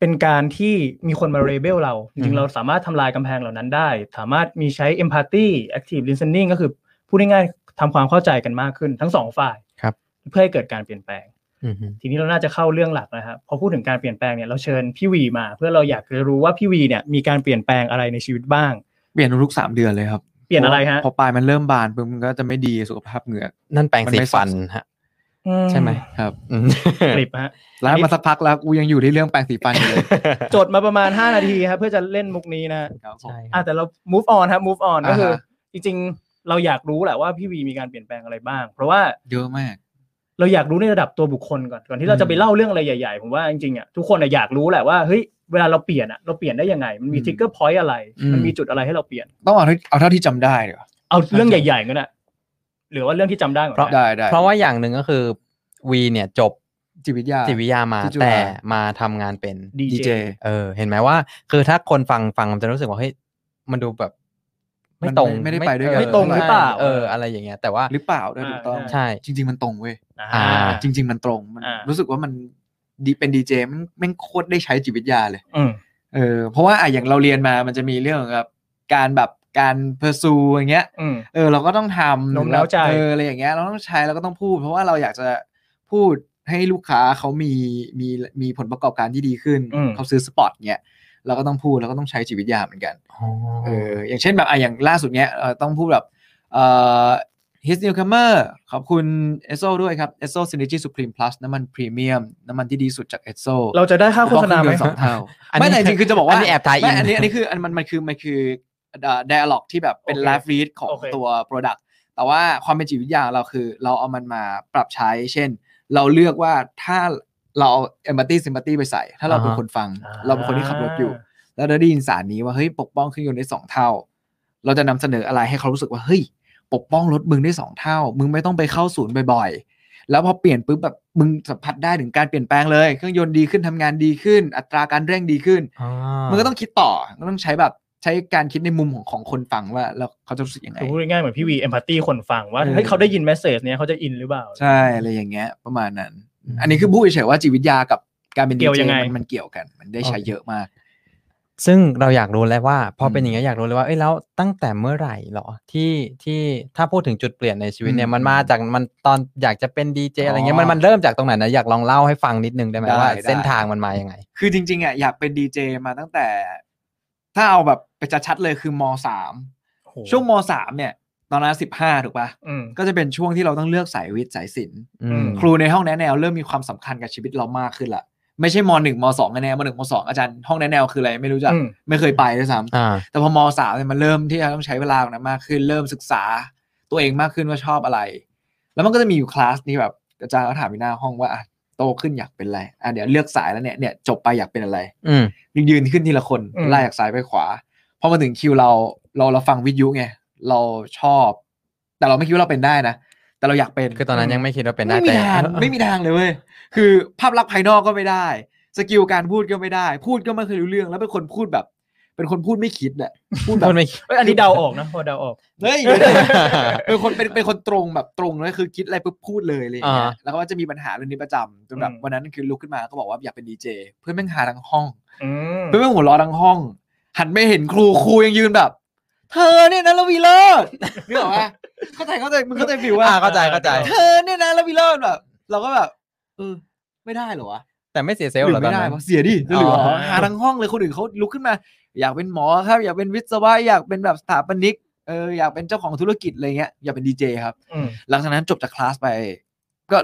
เป็นการที่มีคนมาเรเบลเรา จ อื ริ ม งๆ เราสามารถทำลายกำแพงเหล่านั้นได้ สามารถมีใช้ empathy active listening ก็คือพูดง่ายๆทำความเข้าใจกันมากขึ้นทั้งสองฝ่าย ครับ เพื่อให้เกิดการเปลี่ยนแปลง อืม ทีนี้เราน่าจะเข้าเรื่องหลักนะครับพอพูดถึงการเปลี่ยนแปลงเนี่ยเราเชิญพี่วีมา เพื่อเราอยากจะรู้ว่าพี่วีเนี่ยมีการเปลี่ยนแปลงอะไรในชีวิตบ้าง เปลี่ยนทุกๆสามเดือนเลยครับ เปลี่ยนอะไรฮะ พอปลายมันเริ่มบานปุ๊บมันก็จะไม่ดีสุขภาพเหงือก นั่นแปลง มัน สี ไม่ ฟัน ซับ ฮะ อื ใช่ไหม ครับ อืม คลิปฮะ แล้วมาสักพักแล้วกูยังอยู่ที่เรื่องแปรงสีฟันอยู่เลย จดมาประมาณ 5 นาทีครับเพื่อจะเล่นมุกนี้นะ ครับผม ใช่ อ่ะแต่เรา move on ครับ move on ก็ อ่าฮะ คือจริงๆ เราอยากรู้แหละว่าพี่วีมีการเปลี่ยนแปลงอะไรบ้าง เพราะว่า เยอะมาก เราอยากรู้ในระดับตัวบุคคลก่อนก่อนที่เราจะไปเล่าเรื่องอะไรใหญ่ๆ ผมว่าจริงๆอ่ะทุกคนอะอยากรู้แหละว่าเฮ้ยเวลาเราเปลี่ยนอ่ะเราเปลี่ยนได้ยังไง มันมี อืม trigger point อะไร มันมีจุดอะไรให้เราเปลี่ยน ต้องเอาเท่าเอาเท่าที่จำได้เดี๋ยวา เอาเรื่องใหญ่ๆก็นนะหรือว่าเรื่องที่จำได้ก่อน เพราะ ก็ได้ ได้ได้ เพราะว่าอย่างหนึ่งก็คือวีเนี่ยจบ จิตวิทยา จิตวิทยามา ที่จุฬา แต่มาทำงานเป็น ดี ดี เจ เจ เออเห็นไหมว่า คือถ้าคนฟังฟังมันจะรู้สึกว่าเฮ้ยมันดูแบบไม่ มัน ตรง ไม่ไม่ได้ไปด้วยกัเอนอ ไม่ตรงหรือเปล่า เอออะไรอย่างเงี้ยแต่ว่า หรือเปล่าด้วยถูกต้อง ใช่ จริง ๆ มันตรงเว้ย อ่า อ่า จริง ๆ มันตรงมัน อ่ารู้ รู้สึกว่ามันดีเป็นดีเจมันแม่งโคตรได้ใช้จิตวิทยาเลย อืม เออเพราะว่าอ่ะอย่างเราเรียนมามันจะมีเรื่องแบบการแบบการเพอร์ซูอย่างเงี้ย อืม เออเราก็ต้องทำ โน้มน้าวใจ เอออะไรอย่างเงี้ยเราต้องใช้เราก็ต้องพูด เพราะว่าเราอยากจะพูดให้ลูกค้าเขามีมีมีผลประกอบการที่ดีขึ้น อืม เขาซื้อสปอตเงี้ยเราก็ต้องพูดเราก็ต้องใช้จิตวิทยาเหมือนกัน อ๋อ เอออย่างเช่นแบบอ่ะอย่างล่าสุดเนี้ยเอ่อต้องพูดแบบเอ่อ his newcomer ขอบคุณ e s o ด้วยครับ e s o synergy supreme plus น้ำมันพรีเมียมน้ำมันที่ดีสุดจาก e s o เราจะได้ค่าโฆษณาไหม สองเท่า อัน ไม่ นี้ แต่จริงๆคือจะบอกว่า อันนี้แอบถ่ายอิน ไม่อันนี้อันนี้คืออันมันมันคือมันคือเอ่อ dialog ที่แบบเป็น โอเค live read ของ โอเค ตัว product แต่ว่าความเป็นจิตวิทยาเราคือเราเอามันมาปรับใช้ เช่น เราเลือกว่าถ้าเราเอา empathy sympathy ไปใส่ ถ้าเราเป็น อ่าฮะ คนฟัง เราเป็นคนที่ขับรถอยู่ แล้วเราได้ยินสารนี้ว่าเฮ้ยปกป้องเครื่องยนต์ได้สองเท่า เราจะนำเสนออะไรให้เขารู้สึกว่าเฮ้ยปกป้องรถมึงได้สองเท่า มึงไม่ต้องไปเข้าศูนย์บ่อยๆ แล้วพอเปลี่ยนปุ๊บแบบมึงสัมผัสได้ถึงการเปลี่ยนแปลงเลยเครื่องยนต์ดีขึ้นทำงานดีขึ้น อัตราการเร่งดีขึ้น อ่า มันก็ต้องคิดต่อก็ต้องใช้แบบใช้การคิดในมุมของของคนฟังว่าแล้วเขาจะรู้สึกยังไง คือพูดง่ายๆเหมือนพี่วีเอมพัตตีคนฟังว่า เออ เฮ้ยเขาได้ยินเมสเซจเนี้ยเขาจะอินหรือเปล่า ใช่อะไรอย่างเงี้ยประมาณนั้น อันนี้คือพูดเฉยๆว่าจิตวิทยากับการเป็น เกี่ ดี ยว เจ ยังไง มันเกี่ยวกัน มันได้ใช้เยอะมาก ซึ่งเราอยากรู้แล้วว่า พอเป็น อืม อย่างเงี้ยอยากรู้เลยว่าเอ้ยแล้วตั้งแต่เมื่อไหร่หรอที่ที่ถ้าพูดถึงจุดเปลี่ยนในชีวิตเนี่ย อืม มันมาจากมันตอนอยากจะเป็นดีเจอะไรเงี้ยมัน อ๋อ มันเริ่มจากตรงไหนนะอยากลองเล่าให้ฟังนิดนึงได้ไหม ได้ ว่า ได้ เส้นทางมันมายังไง คือจริงๆอ่ะอยากเป็นดีเจมาตั้งแต่ ถ้าเอาแบบไปชัดๆเลยคือมสาม โอ้โห ช่วงมสามเนี่ย ตอนนั้นสิบห้าถูกปะ อืม ก็จะเป็นช่วงที่เราต้องเลือกสายวิทย์สายศิลป์ อืม ครูในห้องแนะแนวเริ่มมีความสำคัญกับชีวิตเรามากขึ้นละไม่ใช่มหนึ่งมสองแนะแนวมหนึ่งมสองอาจารย์ห้องแนะแนวคืออะไรไม่รู้จัก อืม ไม่เคยไปด้วยซ้ำ อ่า แต่พอมสามเนี่ยมันเริ่มที่จะต้องใช้เวลากับมันมากขึ้น เริ่มศึกษาตัวเองมากขึ้นว่าชอบอะไร แล้วมันก็จะมีอยู่คลาสนี้แบบอาจารย์ก็ถามที่หน้าห้องว่าอ่ะโตขึ้นอยากเป็นอะไรอ่ะเดี๋ยวเลือกสายแล้วเนี่ยเนี่ยจบไปอยากเป็นอะไร อืม ยืนขึ้นทีละคน อืม ไล่จากซ้ายไปขวาพอมาถึงคิวเราเราเราฟังวิทยุไงเราชอบ แต่เราไม่คิดว่าเราเป็นได้นะ แต่เราอยากเป็น คือตอนนั้นยังไม่คิดว่าเป็นได้ ไม่มี แต่ ทางไม่มีทางเลยเว้ยคือภาพลักษณ์ภายนอกก็ไม่ได้ สกิลการพูดก็ไม่ได้ พูดก็ไม่เคยรู้เรื่องแล้วเป็นคนพูดแบบ เป็นคนพูดไม่คิดอะพูดแบบ พูดไม่ เอ้ยอันนี้เดาออกนะพอเดาออก เฮ้ย เป็นคนเป็นเป็นคนตรงแบบตรงเลยคือคิดอะไรปุ๊บพูดเลยอะไรอย่างเงี้ย อ่า แล้วก็จะมีปัญหาเรื่องนี้ประจำจนแบบ อืม วันนั้นคือลุกขึ้นมาก็บอกว่าอยากเป็นดีเจเพื่อนแม่งหาทั้งห้อง อืม เพื่อนแม่งหัวเราะทั้งห้อง หันไปเห็นครูครูยังยืนแบบ เธอเนี่ยนะระวีเลิศนึกออกปะเข้าใจเข้าใจมึงเข้าใจฟิวว่า อ่าเข้าใจเข้าใจ เธอเนี่ยนะระวีเลิศแบบ เราก็แบบเออไม่ได้เหรอวะ แต่ไม่เสียเซลล์ ห เห รื รอ อ ตอนไม่ได้ นั้น วะเสียดิจะเหลือ อ๋อ หาทั้งห้องเลยคนอื่นเขาลุกขึ้นมา อยากเป็นหมอครับ อยากเป็นวิศวะอยากเป็นแบบสถาปนิกเอออยากเป็นเจ้าของธุรกิจอะไรเงี้ยอยากเป็นดีเจครับ อืม หลังจากนั้นจบจากคลาสไป ก็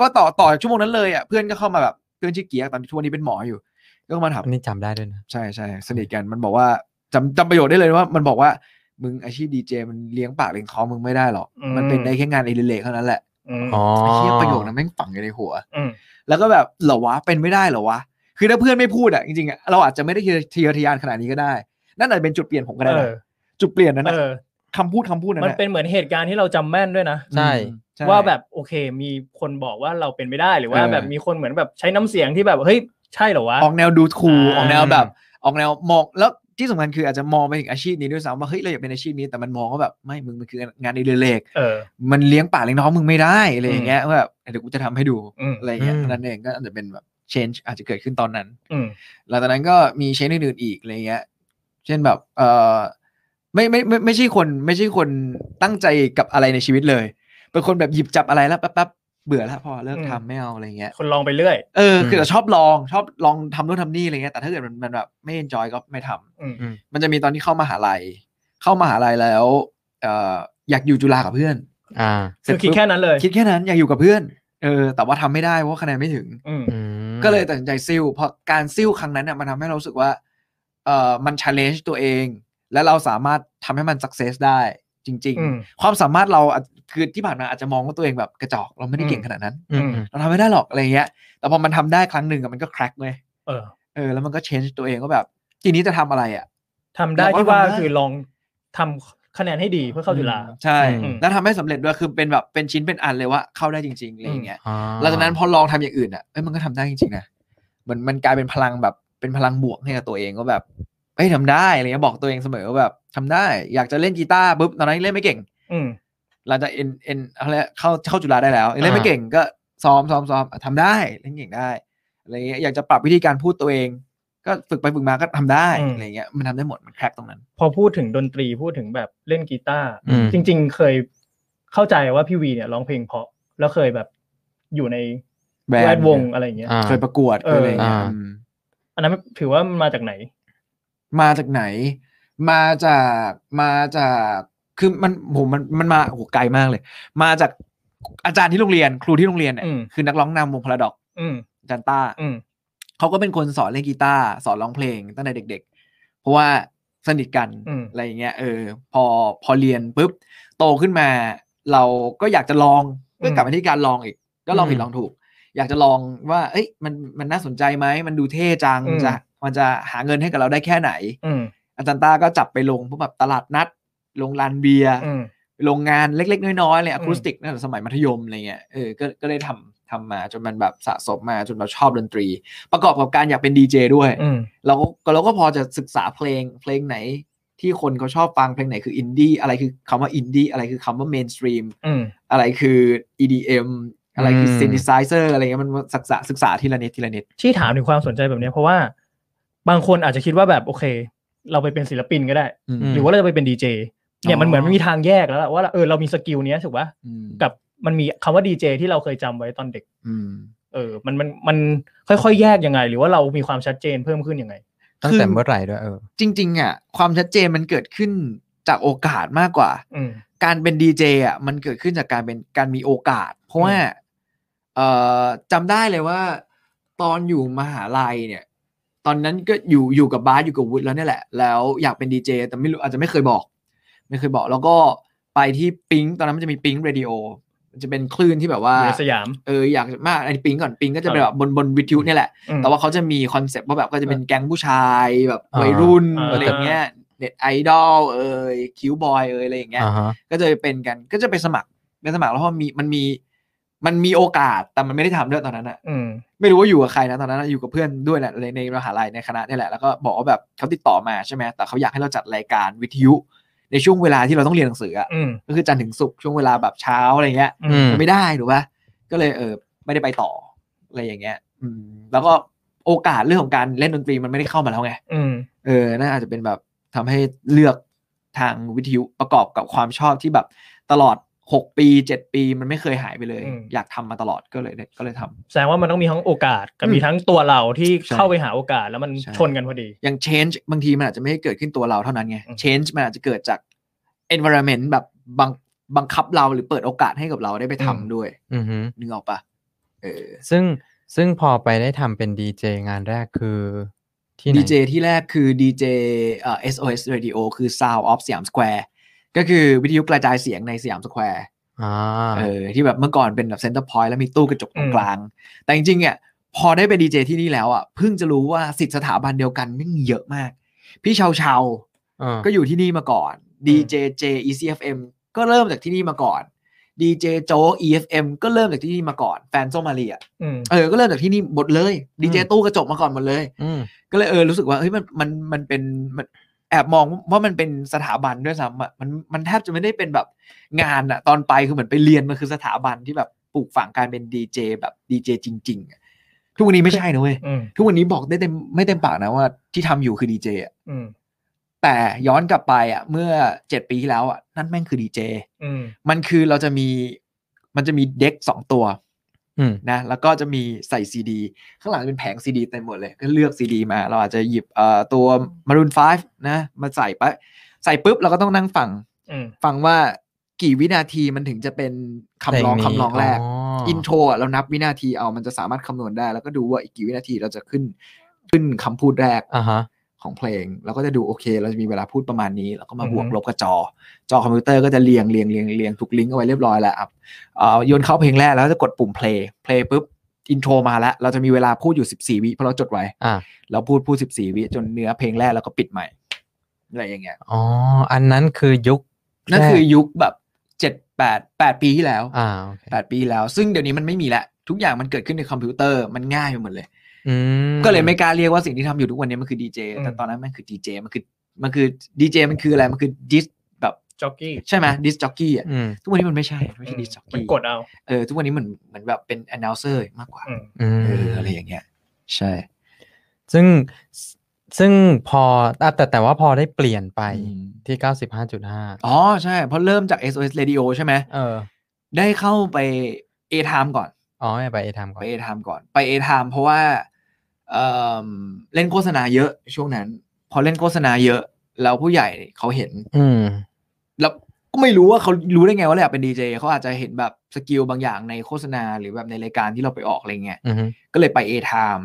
ก็ต่อต่อชั่วโมงนั้นเลยอ่ะเพื่อนก็เข้ามาแบบเพื่อนชื่อเกียร์ตอนทุกวันนี้เป็นหมออยู่ ก็มาถาม อันนี้จำได้ด้วยนะ ใช่ใช่สนิทกันมันบอกว่าจำจำประโยชน์ได้เลยว่า มันบอกว่ามึงอาชีพดีเจมันเลี้ยงปากเลี้ยงคอมึงไม่ได้หรอก อืม มันเป็นได้แค่งานอดิเรกเท่านั้นแหละ อืม อ๋อ ไอ้เหี้ยประโยคนั้นแม่งฝังอยู่ในหัว อืม แล้วก็แบบเหรอวะเป็นไม่ได้เหรอวะคือถ้าเพื่อนไม่พูดอ่ะจริงๆอะเราอาจจะไม่ได้ทะเยอทะยานขนาดนี้ก็ได้ นั่นอาจจะเป็นจุดเปลี่ยนผมก็ได้ เอ นะ อ จุดเปลี่ยนนั้นนะ เออ คำพูดคำพูดนั้น มัน นะ เป็นเหมือนเหตุการณ์ที่เราจำแม่นด้วยนะ ใช่ อืมใช่ ว่าแบบโอเค มีคนบอกว่าเราเป็นไม่ได้หรือว่า เออ แบบมีคนเหมือนแบบใช้น้ำเสียงที่แบบเฮ้ยใช่เหรอวะ ออกแนวดูถูก อ่า ออกแนวแบบ ออกแนวมองแล้วที่สำคัญคืออาจจะมองไปถึงอาชีพนี้ด้วยซ้ำว่าเฮ้ยเราอยากเป็นอาชีพนี้แต่มันมองว่าแบบไม่มึงมันคืองานอดิเรก เออ มันเลี้ยงป่ากเลี้ยงน้องมึงไม่ได้อะไรอย่างเงี้ยว่าแบบเดี๋ยวกูจะทำให้ดู อืม อะไรอย่างเงี้ย อืม นั่นเองก็อาจจะเป็นแบบ change อาจจะเกิดขึ้นตอนนั้น อืม หลังจากนั้นก็มีเชนอื่นๆอีกอะไรเงี้ย เช่นแบบ เออไม่ไม่ไม่ไม่ใช่คน ไม่ใช่คนตั้งใจกับอะไรในชีวิตเลย เป็นคนแบบหยิบจับอะไรแล้วแป๊บๆเบื่อแล้วพอเลิก อืม ทำไม่เอาอะไรเงี้ย คนลองไปเรื่อย เออคือ ม แต่ชอบลองชอบลองทำนู่นทำนี่อะไรเงี้ย แต่ถ้าเกิดมันมันแบบไม่เอนจอยก็ไม่ทำ อืม มันจะมีตอนที่เข้ามหาลัย เข้ามหาลัยแล้ว เอออยากอยู่จุฬากับเพื่อน อ่า เสร็ คื จ อคิด ปุ๊บ แค่นั้นเลย คิดแค่นั้นอยากอยู่กับเพื่อน เออ แต่ว่าทำไม่ได้เพราะคะแนนไม่ถึง อืม อืม ก็เลยตัดสินใจซิ่วเพราะการซิ่วครั้งนั้นน่ะมันทำให้เรารู้สึกว่าเออมัน challenge ตัวเอง และเราสามารถทำให้มัน success ได้จริง อืม ๆ ความสามารถเราอาจคือที่ผ่านมาอาจจะมองว่าตัวเองแบบกระจอกเราไม่ได้เก่งขนาดนั้น อืมอืม เราทำไม่ได้หรอกอะไรเงี้ย แต่พอมันทำได้ครั้งหนึ่งอะมันก็ crack เลย เออ เออแล้วมันก็ change ตัวเองว่าแบบทีนี้จะทำอะไรอ่ะ ทำได้ เราก็ ที่ว่า ทำได้ คือลองทำคะแนนให้ดีเพื่อเข้าจุฬา ใช่ อืม แล้วทำให้สำเร็จด้วยคือเป็นแบบเป็นชิ้นเป็นอันเลยว่าเข้าได้จริงๆอะไรอย่างเงี้ย อ่ หลังจากนั้นพอลองทำอย่างอื่นอ่ะ เอ้ยมันก็ทำได้จริงๆนะ มันมันกลายเป็นพลังแบบเป็นพลังบวกให้กับตัวเองว่าแบบ เอ้ยทำได้อะไรเงี้ยบอกตัวเองเสมอว่าแบบทำได้ อยากจะเล่นกีตาร์ปุ๊บตอนนั้นเล่นไม่เก่ง อืม หลังจากเอ็นเอ็นอะไรยกเข้าเข้าจุฬาได้แล้ว เล่นไม่เก่งก็ซ้อมซ้อมซ้อมอ่ะทำได้เล่นเก่งได้อะไรเงี้ยอยากจะปรับวิธีการพูดตัวเอง ก็ฝึกไปฝึกมาก็ทำได้ อืม อะไรเงี้ยมันทำได้หมดมันแครกตรงนั้น พอพูดถึงดนตรีพูดถึงแบบเล่นกีตาร์ อืม จริง ๆ เคยเข้าใจว่าพี่วีเนี่ยร้องเพลงเพราะ แล้วเคยแบบอยู่ใน แบรนด์ แวดวงอะไรอย่างเงี้ย อ่า เคยประกวดเคยอะไรเงี้ย เอออ่า อืม อันนั้นถือว่ามันมาจากไหน มาจากไหน มาจากมาจากคือมันผมมันมันมาโอ้โหไกลมากเลย มาจากอาจารย์ที่โรงเรียน ครูที่โรงเรียนเนี่ย อืม คือนักร้องนำวงพลาดอก อืม อาจันต้า อืม เขาก็เป็นคนสอนเล่นกีตาร์สอนร้องเพลงตั้งแต่เด็ก ๆ เพราะว่าสนิทกัน อืม อะไรอย่างเงี้ยเออ พอพอเรียนปุ๊บโตขึ้นมา เราก็อยากจะลองก็กลับมาที่การลองอีก ก็ลองผิดลองถูก อยากจะลองว่า เอ้ยมันมันน่าสนใจไหมมันดูเท่จังมันจะมันจะหาเงินให้กับเราได้แค่ไหน อืม อาจารย์ต้าก็จับไปลงพวกแบบตลาดนัด ลงลานเบียร์ อืม ลงงานเล็ก ๆ น้อยๆเลยอะ อืม ครูสติกนั่นสมัยมัธยมอะไรเงี้ยเออก็ก็เลยทำทำมาจนมันแบบสะสมมาจนเราชอบดนตรี ประกอบกับการอยากเป็นดีเจด้วย อืม เราก็เราก็พอจะศึกษาเพลงเพลงไหน ที่คนเขาชอบฟังเพลงไหนคืออินดี้อะไรคือคำว่าอินดี้อะไรคือคำว่าเมนสตรีม อืม อะไรคือ EDM อะไรคือ อืม ซิน t ิไซเซอร์อะไรเงี้ยมันศึกษาศึกษาทีละนิดทีละนิด ที่ถามถึงความสนใจแบบเนี้ยเพราะว่าบางคนอาจจะคิดว่าแบบโอเค เราไปเป็นศิลปินก็ได้ อืม หรือว่าเราจะไปเป็นดีเจเนี่ยมันเหมือน อ๋อ มีทางแยกแล้วล่ะว่าเออเรามีสกิลเนี้ยถูกปะ อืม กับมันมีคำว่าดีเจที่เราเคยจำไว้ตอนเด็ก อืม เออ มันมันมันค่อยๆแยกยังไง หรือว่าเรามีความชัดเจนเพิ่มขึ้นยังไง ตั้งแต่เมื่อไหร่ด้วยเออ จริง ๆ อ่ะ ความชัดเจนมันเกิดขึ้นจากโอกาสมากกว่า อืม การเป็นดีเจอ่ะมันเกิดขึ้นจากการเป็นการมีโอกาส เพราะว่าเอ่อจำได้เลยว่า ตอนอยู่มหาลัยเนี่ย ตอนนั้นก็อยู่อยู่กับบาสอยู่กับวุฒิแล้วเนี่ยแหละ แล้วอยากเป็นดีเจแต่ไม่รู้อาจจะไม่เคยบอก ไม่เคยบอก แล้วก็ไปที่ปิงตอนนั้นมันจะมีปิงเรดิโอมันจะเป็นคลื่นที่แบบว่า อยู่ในสยาม เอออยากมากไอ้ปิงก่อนปิงก็จะเป็น ค แบ รับ บบนบนวิทยุเนี่ยแหละ อืม แต่ว่าเขาจะมีคอนเซปต์ว่าแบบก็จะเป็นแก๊งผู้ชายแบบ อ่า วัยรุ่น อ่า อะไรอย่างเงี้ยเน็ตไอดอลเอ่ยคิวบอยเอ่ยอะไรอย่างเงี้ย อ่าฮะ ก็จะไปเป็นกันก็จะไปสมัครไปสมัครแล้วพอมีมันมีมันมีโอกาสแต่มันไม่ได้ทำด้วยตอนนั้นอะ อืม ไม่รู้ว่าอยู่กับใครนะตอนนั้นอะอยู่กับเพื่อนด้วยแหละในในมหาลัยในคณะเนี่ยแหละแล้วก็บอกว่าแบบเขาติดต่อมาใช่ไหมแต่เขาอยากให้เราจัดรายการวิทยุ ในช่วงเวลาที่เราต้องเรียนหนังสืออะ อืม ก็คือจันทร์ถึงศุกร์ช่วงเวลาแบบเช้าอะไรเงี้ย อืม ไม่ได้ถูกปะก็เลยเออไม่ได้ไปต่ออะไรอย่างเงี้ย อืม แล้วก็โอกาสเรื่องของการเล่นดนตรีมันไม่ได้เข้ามาแล้วไง อืม เออน่าอาจจะเป็นแบบทำให้เลือกทางวิทยุประกอบกับความชอบที่แบบตลอดหกปีเจ็ดปีมันไม่เคยหายไปเลย อืม อยากทำมาตลอดก็เลยได้ก็เลยทำ แสดงว่ามันต้องมีทั้งโอกาสกับ อืม มีทั้งตัวเราที่ ใช่ เข้าไปหาโอกาสแล้วมัน ใช่ ชนกันพอดี อย่าง change บางทีมันอาจจะไม่ได้เกิดขึ้นตัวเราเท่านั้นไง อืม change มันอาจจะเกิดจาก environment แบบบังบังคับเราหรือเปิดโอกาสให้กับเราได้ไปทำ อืม ด้วย อือฮึ นึกออกปะเออ ซึ่งซึ่งพอไปได้ทำเป็นดีเจงานแรกคือที่ไหน ดีเจที่แรกคือดีเจเอ่อ SOS Radio คือ Sound of Siam Square ก็คือวิทยุกระจายเสียงในสยามสแควร์ อ่า เออที่แบบเมื่อก่อนเป็นแบบเซ็นเตอร์พอยต์แล้วมีตู้กระจกตร อื ง ม กลาง แต่จริงๆอ่ะพอได้ไปดีเจที่นี่แล้วอ่ะเพิ่งจะรู้ว่าสิทธิสถาบันเดียวกันไม่มีเยอะมาก พี่เชาเชาก็อยู่ที่นี่มาก่อนดีเจเจ ECFM ก็เริ่มจากที่นี่มาก่อนดีเจโจก EFM ก็เริ่มจากที่นี่มาก่อนแฟนโซมาเลีย อืม เออก็เริ่มจากที่นี่หมดเลยดีเจ อืม ตู้กระจกมาก่อนหมดเลย อืม ก็เลยเออรู้สึกว่าเฮ้ยมันมันมันเป็นมันแอบมองว่ามันเป็นสถาบันด้วยซ้ำอ่ะมันมันแทบจะไม่ได้เป็นแบบงานอ่ะ ตอนไปคือเหมือนไปเรียนมันคือสถาบันที่แบบปลูกฝังการเป็นดีเจแบบดีเจจริงๆอะทุกวันนี้ไม่ใช่นะเว้ย อืม ทุกวันนี้บอกได้เต็มไม่เต็มปากนะว่าที่ทำอยู่คือดีเจอะ อืม แต่ย้อนกลับไปอ่ะเมื่อเจ็ดปีที่แล้วอ่ะนั่นแม่งคือดีเจ อืม มันคือเราจะมีมันจะมีเด็กสองตัว อืม นะแล้วก็จะมีใส่ซีดีข้างหลังเป็นแผงซีดีเต็มหมดเลยก็เลือกซีดีมา เราอาจจะหยิบเอ่อตัว Maroon 5 นะ มาใส่ปะใส่ปุ๊บเราก็ต้องนั่งฟัง อืม ฟังว่ากี่วินาทีมันถึงจะเป็นคำร้อง เพลงนี้ คำร้องแรก อ๋ออิ อินโทรอะเรานับวินาทีเอามันจะสามารถคำนวณได้ แล้วก็ดูว่าอีกกี่วินาทีเราจะขึ้นขึ้นคำพูดแรก อ่าฮะ ของเพลงเราก็จะดูโอเค เราจะมีเวลาพูดประมาณนี้ แล้วก็มา อือฮึ บวกลบกับจอ จอคอมพิวเตอร์ก็จะเรียงเรียงเรียงเรียงถูกลิงก์เอาไว้เรียบร้อยแล้วอ่ะ เอ่อโยนเข้าเพลงแรกแล้วจะกดปุ่ม play play ปุ๊บ อินโทรมาแล้ว เราจะมีเวลาพูดอยู่ 14 วิเพราะเราจดไว้ อ่า เราพูดพูด 14 วิจนเนื้อเพลงแรกแล้วก็ปิดใหม่ อะไรอย่างเงี้ย อ๋อ อันนั้นคือยุค นั่นคือยุคแบบ 7 8 8 ปีที่แล้ว อ่าโอเค 8 ปีที่แล้ว ซึ่งเดี๋ยวนี้มันไม่มีแล้ว ทุกอย่างมันเกิดขึ้นในคอมพิวเตอร์มันง่ายไปหมดเลย อืม ก็เลยไม่กล้าเรียกว่าสิ่งที่ทำอยู่ทุกวันนี้มันคือดีเจ อืม แต่ตอนนั้นมันคือดีเจมันคือมันคือดีเจมันคืออะไรมันคือดิสแบบ จ็อกกี้ ใช่ไหมดิสจ็อกกี้อ่ะ อืม ทุกวันนี้มันไม่ใช่ไม่ใช่ดิสจ็อก มัน กี้ กดเอา เออทุกวันนี้มันเหมือนแบบเป็น announcer มากกว่า อืม อืม เอออะไรอย่างเงี้ย ใช่ ซึ่งซึ่งพออ่ะแต่แต่ว่าพอได้เปลี่ยนไป อืม ที่เก้าสิบห้าจุดห้า อ๋อ ใช่เพราะเริ่มจาก SOS Radio ใช่ไหม เออ ได้เข้าไป A Time ก่อน อ๋อไม่ไปเอทามก่อ ไป น A Time ก่อนไป A Time เพราะว่าเอิ่มเล่นโฆษณาเยอะช่วงนั้น พอเล่นโฆษณาเยอะแล้วผู้ใหญ่เขาเห็น อืม แล้วก็ไม่รู้ว่าเขารู้ได้ไงว่าเราอยากเป็นดีเจเขาอาจจะเห็นแบบสกิลบางอย่างในโฆษณาหรือแบบในรายการที่เราไปออกอะไรเงี้ย อืม ก็เลยไป A Time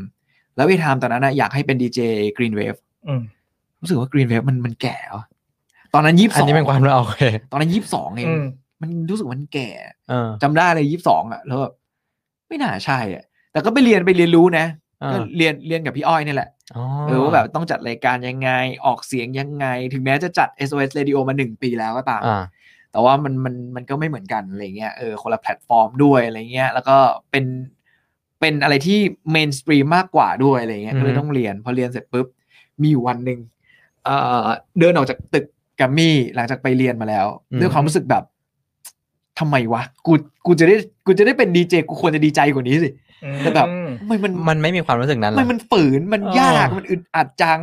แล้ว A Time ตอนนั้นนะอยากให้เป็นดีเจ Green Wave อืม รู้สึกว่า Green Wave มันมันแก่เหรอตอนนั้นยี่สิบ อัน สอง นี้เป็นความรู้โอเค ตอนนั้นยี่สิบสองเอง อืม มันรู้สึกว่ามันแก่ เออ จำได้เลยยี่สิบสองอ่ะแล้วแบบไม่น่าใช่อ่ะแต่ก็ไปเรียนไปเรียนรู้นะ เอ ก็ อ เรียนเรียนกับพี่อ้อยนี่แหละ อ๋อ เออว่าแบบต้องจัดรายการยังไงออกเสียงยังไง ถึงแม้จะจัด SOS Radio มาหนึ่งปีแล้วก็ตาม อ่า แต่ว่ามันมันมันก็ไม่เหมือนกันอะไรเงี้ยเออคนละแพลตฟอร์มด้วยอะไรเงี้ย แล้วก็เป็นเป็นอะไรที่เมนสตรีมมากกว่าด้วยอะไรเงี้ย อือฮึ ก็เลยต้องเรียนพอเรียนเสร็จปุ๊บมีอยู่วันหนึ่งเอ่อเดินออกจากตึกแกัมมี่หลังจากไปเรียนมาแล้ว ด้วยความรู้สึกแบบทำไมวะ กูกูจะได้กูจะได้เป็นดีเจกูควรจะดีใจกว่านี้สิ อืม แต่แบบ ทำไมมัน มันไม่มีความรู้สึกนั้น ทำ เหร ไม อ มันฝืนมัน เออย ากมันอึดอัดจัง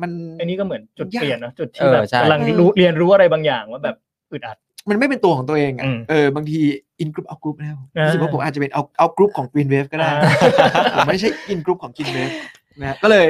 มัน อันนี้ก็เหมือนจุดเปลี่ยนนะจุด เอ ที่ อ แบบ ใช่ กำลังรู้เรียนรู้อะไรบางอย่างว่าแบบอึดอัด มันไม่เป็นตัวของตัวเองอะ อืม เออบางทีอินกรุ๊ปเอากรุ๊ปนะครับ อ่า รู้สึกว่าผมอาจจะเป็นเอาเอากรุ๊ปของกรีนเวฟก็ได้ อ่า ผมไม่ใช่อินกรุ๊ปของกรีนเวฟนะฮะก็เลย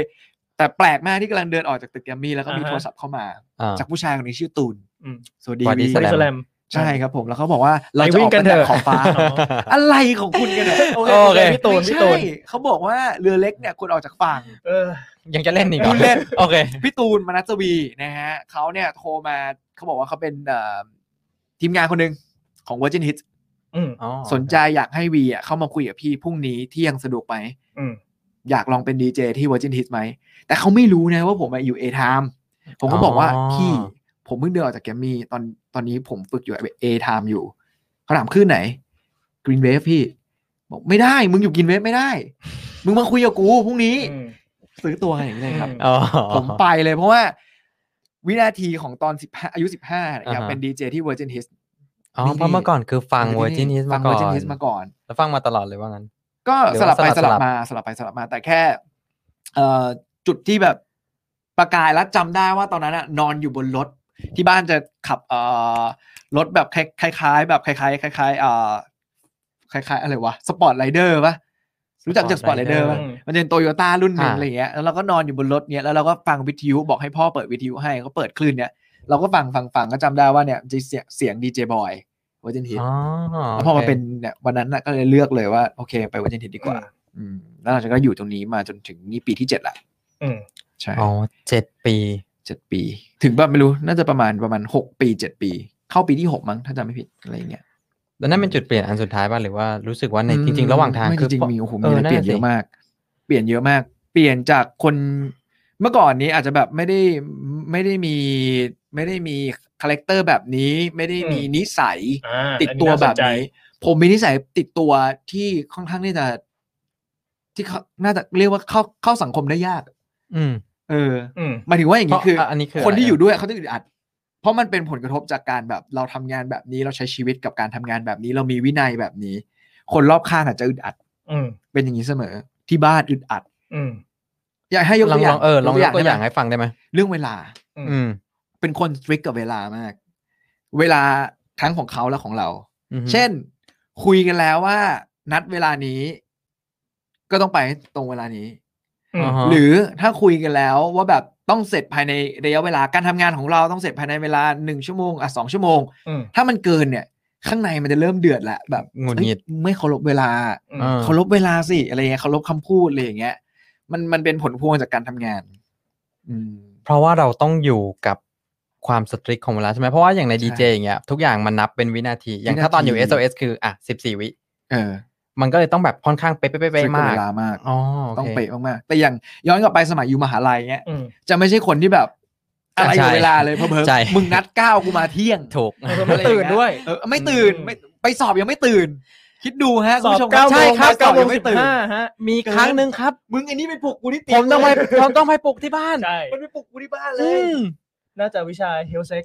แต่แปลกมากที่กำลังเดินออกจากตึกแกรมมี่แล้วก็มี อ่าฮะ โทรศัพท์เข้ามา อ่า จากผู้ชายคนนี้ชื่อตูน อืม สวัสดี สวัสดี วี แสลม แสลม ใช่ครับผมแล้วเขาบอกว่าเราจะ ไปวิ่ ออง ก กั กัน น เถอะ ขอบ ฟ้า อ๋อ อะไรของคุณกันเนี่ย โอเคโอเคพี่ตูน ไม่ พี่ตู ใช่ น เขาบอกว่าเรือเล็กเนี่ยควรออกจากฝั่ง เออ ยังจะเล่นอีกหรอ คุณเล่น โอเค พี่ตูนมนัสวีนะฮะเขาเนี่ยโทรมาเขาบอกว่าเขาเป็นเอ่อทีมงานคนหนึ่งของ Virgin Hits อืม อ๋อ สนใจอยากให้วีอ่ะเข้ามาคุยกับพี่พรุ่งนี้ที่ยังสะดวกไหม อืม อยากลองเป็นดีเจที่ Virgin Hits ไหม แต่เขาไม่รู้นะว่าผมอะอยู่ A Time ผมก็บอกว่าพี่ผมเพิ่งเดินออกจากแกรมมี่ตอนตอนนี้ผมฝึกอยู่ A Time อยู่เขาถามขึ้นไหน Green Wave พี่ บอกไม่ได้ มึงอยู่ Green Wave ไม่ได้ มึงมาคุยกับกูพรุ่งนี้ซื้อตัวกันอย่างนี้เลยครับ อืม อ๋อ ผมไปเลยเพราะว่าวินาทีของตอนสิบห้าอายุสิบห้า อ่าฮะ อยากเป็นดีเจที่ Virgin Hits อ๋อเพราะเมื่อก่อนคือฟัง ที่ Virgin Hits ฟั มาง ก่อน Virgin Hits มาก่อน แล้วฟังมาตลอดเลยว่างั้น ก็ หรือ สลับไป ว่าส ส ลั ลั บ บมาสลับไปสลับมาแต่แค่เอ่อจุดที่แบบประกายและจำได้ว่าตอนนั้นน่ะนอนอยู่บนรถ ที่บ้านจะขับเอ่อรถแบบคล้ายคล้ายๆ แบบคล้ายๆคล้ายๆเอ่อคล้ายๆ อะไรวะสปอร์ตไรเดอร์ปะรู้จักจากสปอร์ตไรเดอ Sportrider ร์ปะมันจะเป็นโตโยต้ารุ่นหนึ่ง อ่า อะไรเงี้ยแล้วเราก็นอนอยู่บนรถเนี้ยแล้วเราก็ฟังวิทยุบอกให้พ่อเปิดวิทยุให้ก็เปิดคลื่นเนี้ยเราก็ฟังฟังฟังก็จำได้ว่าเนี่ยจะเสียงเสียงดีเจบอยวัจินฮิต อ๋อ แล้วพอมา โค เป็นเนี่ยวันนั้นน่ะก็เลยเลือกเลยว่าโอเค ไปวันเจนเทนดีกว่า อืมแล้วหลังจากนั้นก็อยู่ตรงนี้มาจนถึงนี่ปีที่เจ็ดละ อืม ใช่ อ๋อเจ็ดปี เจ็ดปี ถึงป่ะไม่รู้น่าจะประมาณประมาณหกปีเจ็ดปี เข้าปีที่หกมั้งถ้าจำไม่ผิดอะไรอย่างเงี้ย แล้วนั่นเป็นจุดเปลี่ยนอันสุดท้ายป่ะหรือว่ารู้สึกว่าใน อืม จริง ๆ ระหว่างทาง ไม่ คือ จริง พอ ๆมีโอ้โหมีอะไรเปลี่ยนเยอะ สิ มาก เปลี่ยนเยอะมาก เปลี่ยนจากคนเมื่อก่อนนี้อาจจะแบบไม่ได้ไม่ได้มีไม่ได้มีคาแรคเตอร์แบบนี้ไม่ได้มี อืม นิสัย อ่า ติดตัว อันนี้น่าส แบบ นใจ นี้ผมมีนิสัยติดตัวที่ค่อนข้างที่จะ ที่เขาน่าจะเรียกว่าเข้าเข้าสังคมได้ยาก อืม เออ อืม หมายถึงว่าอย่างนี้ เพราะ คืออะ อันนี้คือ คนที่ อะไร อยู่ด้วยเขาจะอึดอัด เพราะมันเป็นผลกระทบจากการแบบเราทำงานแบบนี้เราใช้ชีวิตกับการทำงานแบบนี้ เรามีวินัยแบบนี้ คนรอบข้างอาจจะอึดอัด อืม เป็นอย่างนี้เสมอ ที่บ้านอึดอัด อืม อยากให้ยก ลอ ตั งลวอย่า อง งเออลองยกตัวอย่าง ได้ ให้ ไหม ฟังได้ไหม เรื่องเวลา อืม อืม เป็นคนสตริกกับเวลามาก เวลาทั้งของเขาและของเรา อือฮึ เช่น คุยกันแล้วว่า นัดเวลานี้ ก็ต้องไปตรงเวลานี้ อืม าฮะ หรือถ้าคุยกันแล้วว่าแบบต้องเสร็จภายในระยะเวลาการทำงานของเราต้องเสร็จภายในเวลาหนึ่งชั่วโมงอ่ะสองชั่วโมง อืม ถ้ามันเกินเนี่ย ข้างในมันจะเริ่มเดือดละแบบ หงุดหงิด เอ้ยไม่เคารพเวลา อืม อ่า เคารพเวลาสิอะไรเงี้ยเคารพคำพูดอะไรอย่างเงี้ย มันมันเป็นผลพวงจากการทำงาน อืม เพราะว่าเราต้องอยู่กับความสตริกของเวลาใช่ไหมเพราะว่าอย่างในดีเจอย่างเงี้ยทุกอย่างมันนับเป็นวินาที อย่างถ้าตอนอยู่ วินาที SOS คืออ่ะสิบสี่วิ เออ มันก็เลยต้องแบบค่อนข้างเป๊ะๆๆ เว มาก ลามาก อ๋อโค ต้องเป๊ะมากๆแต่อย่างย้อนกลับไปสมัยอยู่มหาลัยเงี้ย อืม จะไม่ใช่คนที่แบบอะไร ใช่ กับเวลาเลยเพอเพอ ใช่ มึงนัดเก้ากูมาเที่ยง ถูก ไม่ตื่นด้วย เออไม่ตื่นไม่ไปสอบยังไม่ตื่น คิดดูฮะ ส คุณ อบ ผู้ชม เก้าโม ใช่ ง ครับ เก้าโมง สอบยัง สิ ไม่ บ ตื่น ห้าฮะ มี เกิน ครั้งหนึ่งครับ มึงอันนี้ไปปลุกกูที่เตี ผ ย มต้อง ไป เลย ผมต้องไปปลุกที่บ้าน ใช่ มันไปปลุกกูที่บ้านเล อื ย ม น่าจะวิชาเฮลเซ็ก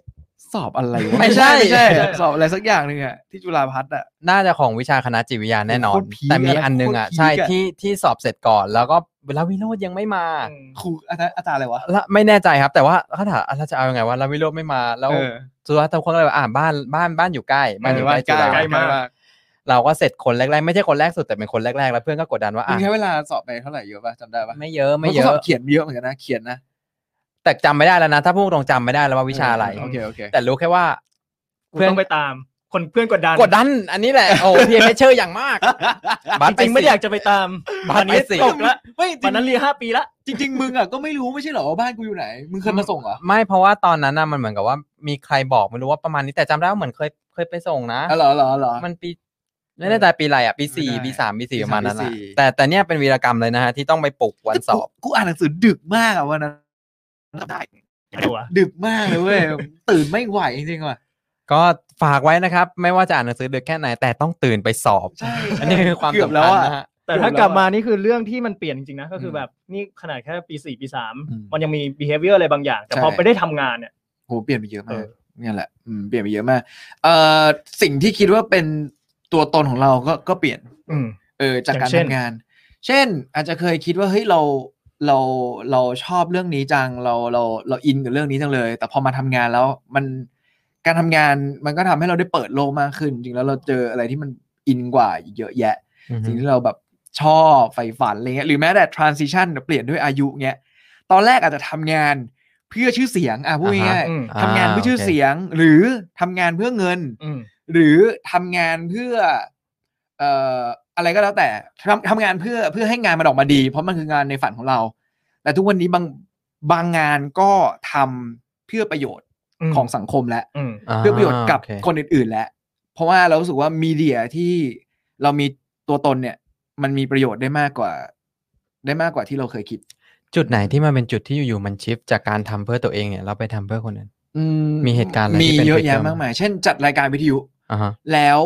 สอบอะไรวะ ไม่ใช่ ไม่ใช่ ไม่ใช่ สอบอะไรสักอย่างหนึ่งอะที่จุฬาพัฒน์อะ น่าจะของวิชาคณะจิตวิทยาแน่นอน โคตรพีค แต่มี อะนะ อันหนึงอ่ะ โคตรพีค ใช่ อะ ที่ที่สอบเสร็จก่อน แล้วก็เวลาวิโรจน์ยังไม่มา ครูอาจารย์อาจารย์อะไรวะ แล้วไม่แน่ใจครับ แต่ว่าเขาถามอ่ะแล้วจะเอายังไงว่าลาวิโรจน์ไม่มาแล้ว เออ สุดท้ายทุกคนก็เลยว่าอ่ะบ้านบ้านบ้านอยู่ใกล้บ้านอยู่ใกล้จุฬา ใกล้มาก เราก็เสร็จคนแรกๆไม่ใช่คนแรกสุดแต่เป็นคนแรกๆแล้วเพื่อนก็กดดันว่า มึ อ่ะ งใช้เวลาสอบไปเท่าไหร่เยอะป่ะจำได้ป่ะ ไม่เยอะไม่เย นก็ส อะ อบเขียนเยอะเหมือนกันนะเขียนนะ แต่จำไม่ได้แล้วนะ ถ้าพูดตรงจำไม่ได้แล้วว่าวิชาอะไร โอเคโอเค แต่รู้แค่ว่า กูต้องไปตาม คนเพื่อนกดดัน กดดันอันนี้แหละโอ้พีเอเชอร์อย่างมาก บัต จริงๆไม่อยากจะไปตาม บั วั ตรไปนนี้ สิ ตกละ ไม่จ วั ริ น ง นั้นเรียนห้าปีละ จริงๆมึงอะก็ไม่รู้ไม่ใช่เหรอว่าบ้านกูอยู่ไหนมึงเคยมาส่งเหรอ ไม่เพราะว่าตอนนั้นน่ะมันเหมือนกับว่ามีใครบอกไม่รู้ว่าประมาณนี้แต่จำได้ว่าเหมือนเคยเคยไปส่งนะ อ๋อเหรอเหรอเหรอ มันปีไม่แน่ใจปีอะไรอ่ะปีสี่ ไม่ได้ ปีสามปีสี่ ปี ป สาม ระมาณนั้น ปี อ่ะ สี่ แต่แต่เนี่ยเป็นวีรกรรมเลยนะฮะที่ต้องไปปลุกวัน สอบ กูกูอ่านหนังสือดึกมากอะวันนั้นได้ ตัว ดึกมากเลยเว้ย ตื่นไม่ไหวจริงๆว่ะ ก็ฝากไว้นะครับ ไม่ว่าจะอ่านหนังสือดึกแค่ไหนแต่ต้องตื่นไปสอบ ใช่ อันนี้คือความ เกือบ สำ แล้ คั ว ญ อะ นะฮะ แต่ถ้ากลับมานี่คือเรื่องที่มันเปลี่ยนจริงๆนะ ก็คือแบบนี่ขนาดแค่ปีสี่ปีสาม อืม มันยังมี behavior อะไรบางอย่าง แต่พอ ใช่ ไปได้ทำงานเนี่ย โหเปลี่ยนไปเยอะมาก เออ เนี่ยแหละอืมเปลี่ยนไปเยอะมากเอ่อสิ่งที่คิดว่าเป็นตัวตนของเราก็ก็เปลี่ยน อืม เออจากการ อย่างเช่น ทำงาน เช่น อาจจะเคยคิดว่าเฮ้ยเราเราเราชอบเรื่องนี้จังเราเราเราอินกับเรื่องนี้จังเลย แต่พอมาทำงานแล้วมันการทำงานมันก็ทำให้เราได้เปิดโลกมากขึ้น จริงแล้วเราเจออะไรที่มันอินกว่าเยอะแยะ อือฮึ สิ่งที่เราแบบชอบใฝ่ฝันอะไรเงี้ยหรือแม้แต่ transition เปลี่ยนด้วยอายุเงี้ย ตอนแรกอาจจะทำงานเพื่อชื่อเสียงอ่ะพูดง่าย อืม ๆทำงานเพื่อชื่อ โค เสียง หรือทำงานเพื่อเงิน อืม หรือทำงานเพื่อเอ่ออะไรก็แล้วแต่ทำทำงานเพื่อเพื่อให้งานมันออกมาดี เพราะมันคืองานในฝันของเรา แต่ทุกวันนี้บางบางงานก็ทำเพื่อประโยชน์ อืม ของสังคมและ อืม า เพื่อประโยชน์กับ โอเค คนอื่นๆแหละ เพราะว่าเรารู้สึกว่ามีเดียที่เรามีตัวตนเนี่ย มันมีประโยชน์ได้มากกว่า ได้มากกว่าที่เราเคยคิด จุดไหนที่มันเป็นจุดที่อยู่ๆมันชิฟจากการทำเพื่อตัวเองเนี่ยเราไปทำเพื่อคนอื่น อื มีเหตุการณ์อะไรที่ มี เป็น เยอะ ไปเจอ แยะ ไหม มากมาย เช่นจัดรายการวิทยุ อ่าฮะ แล้ว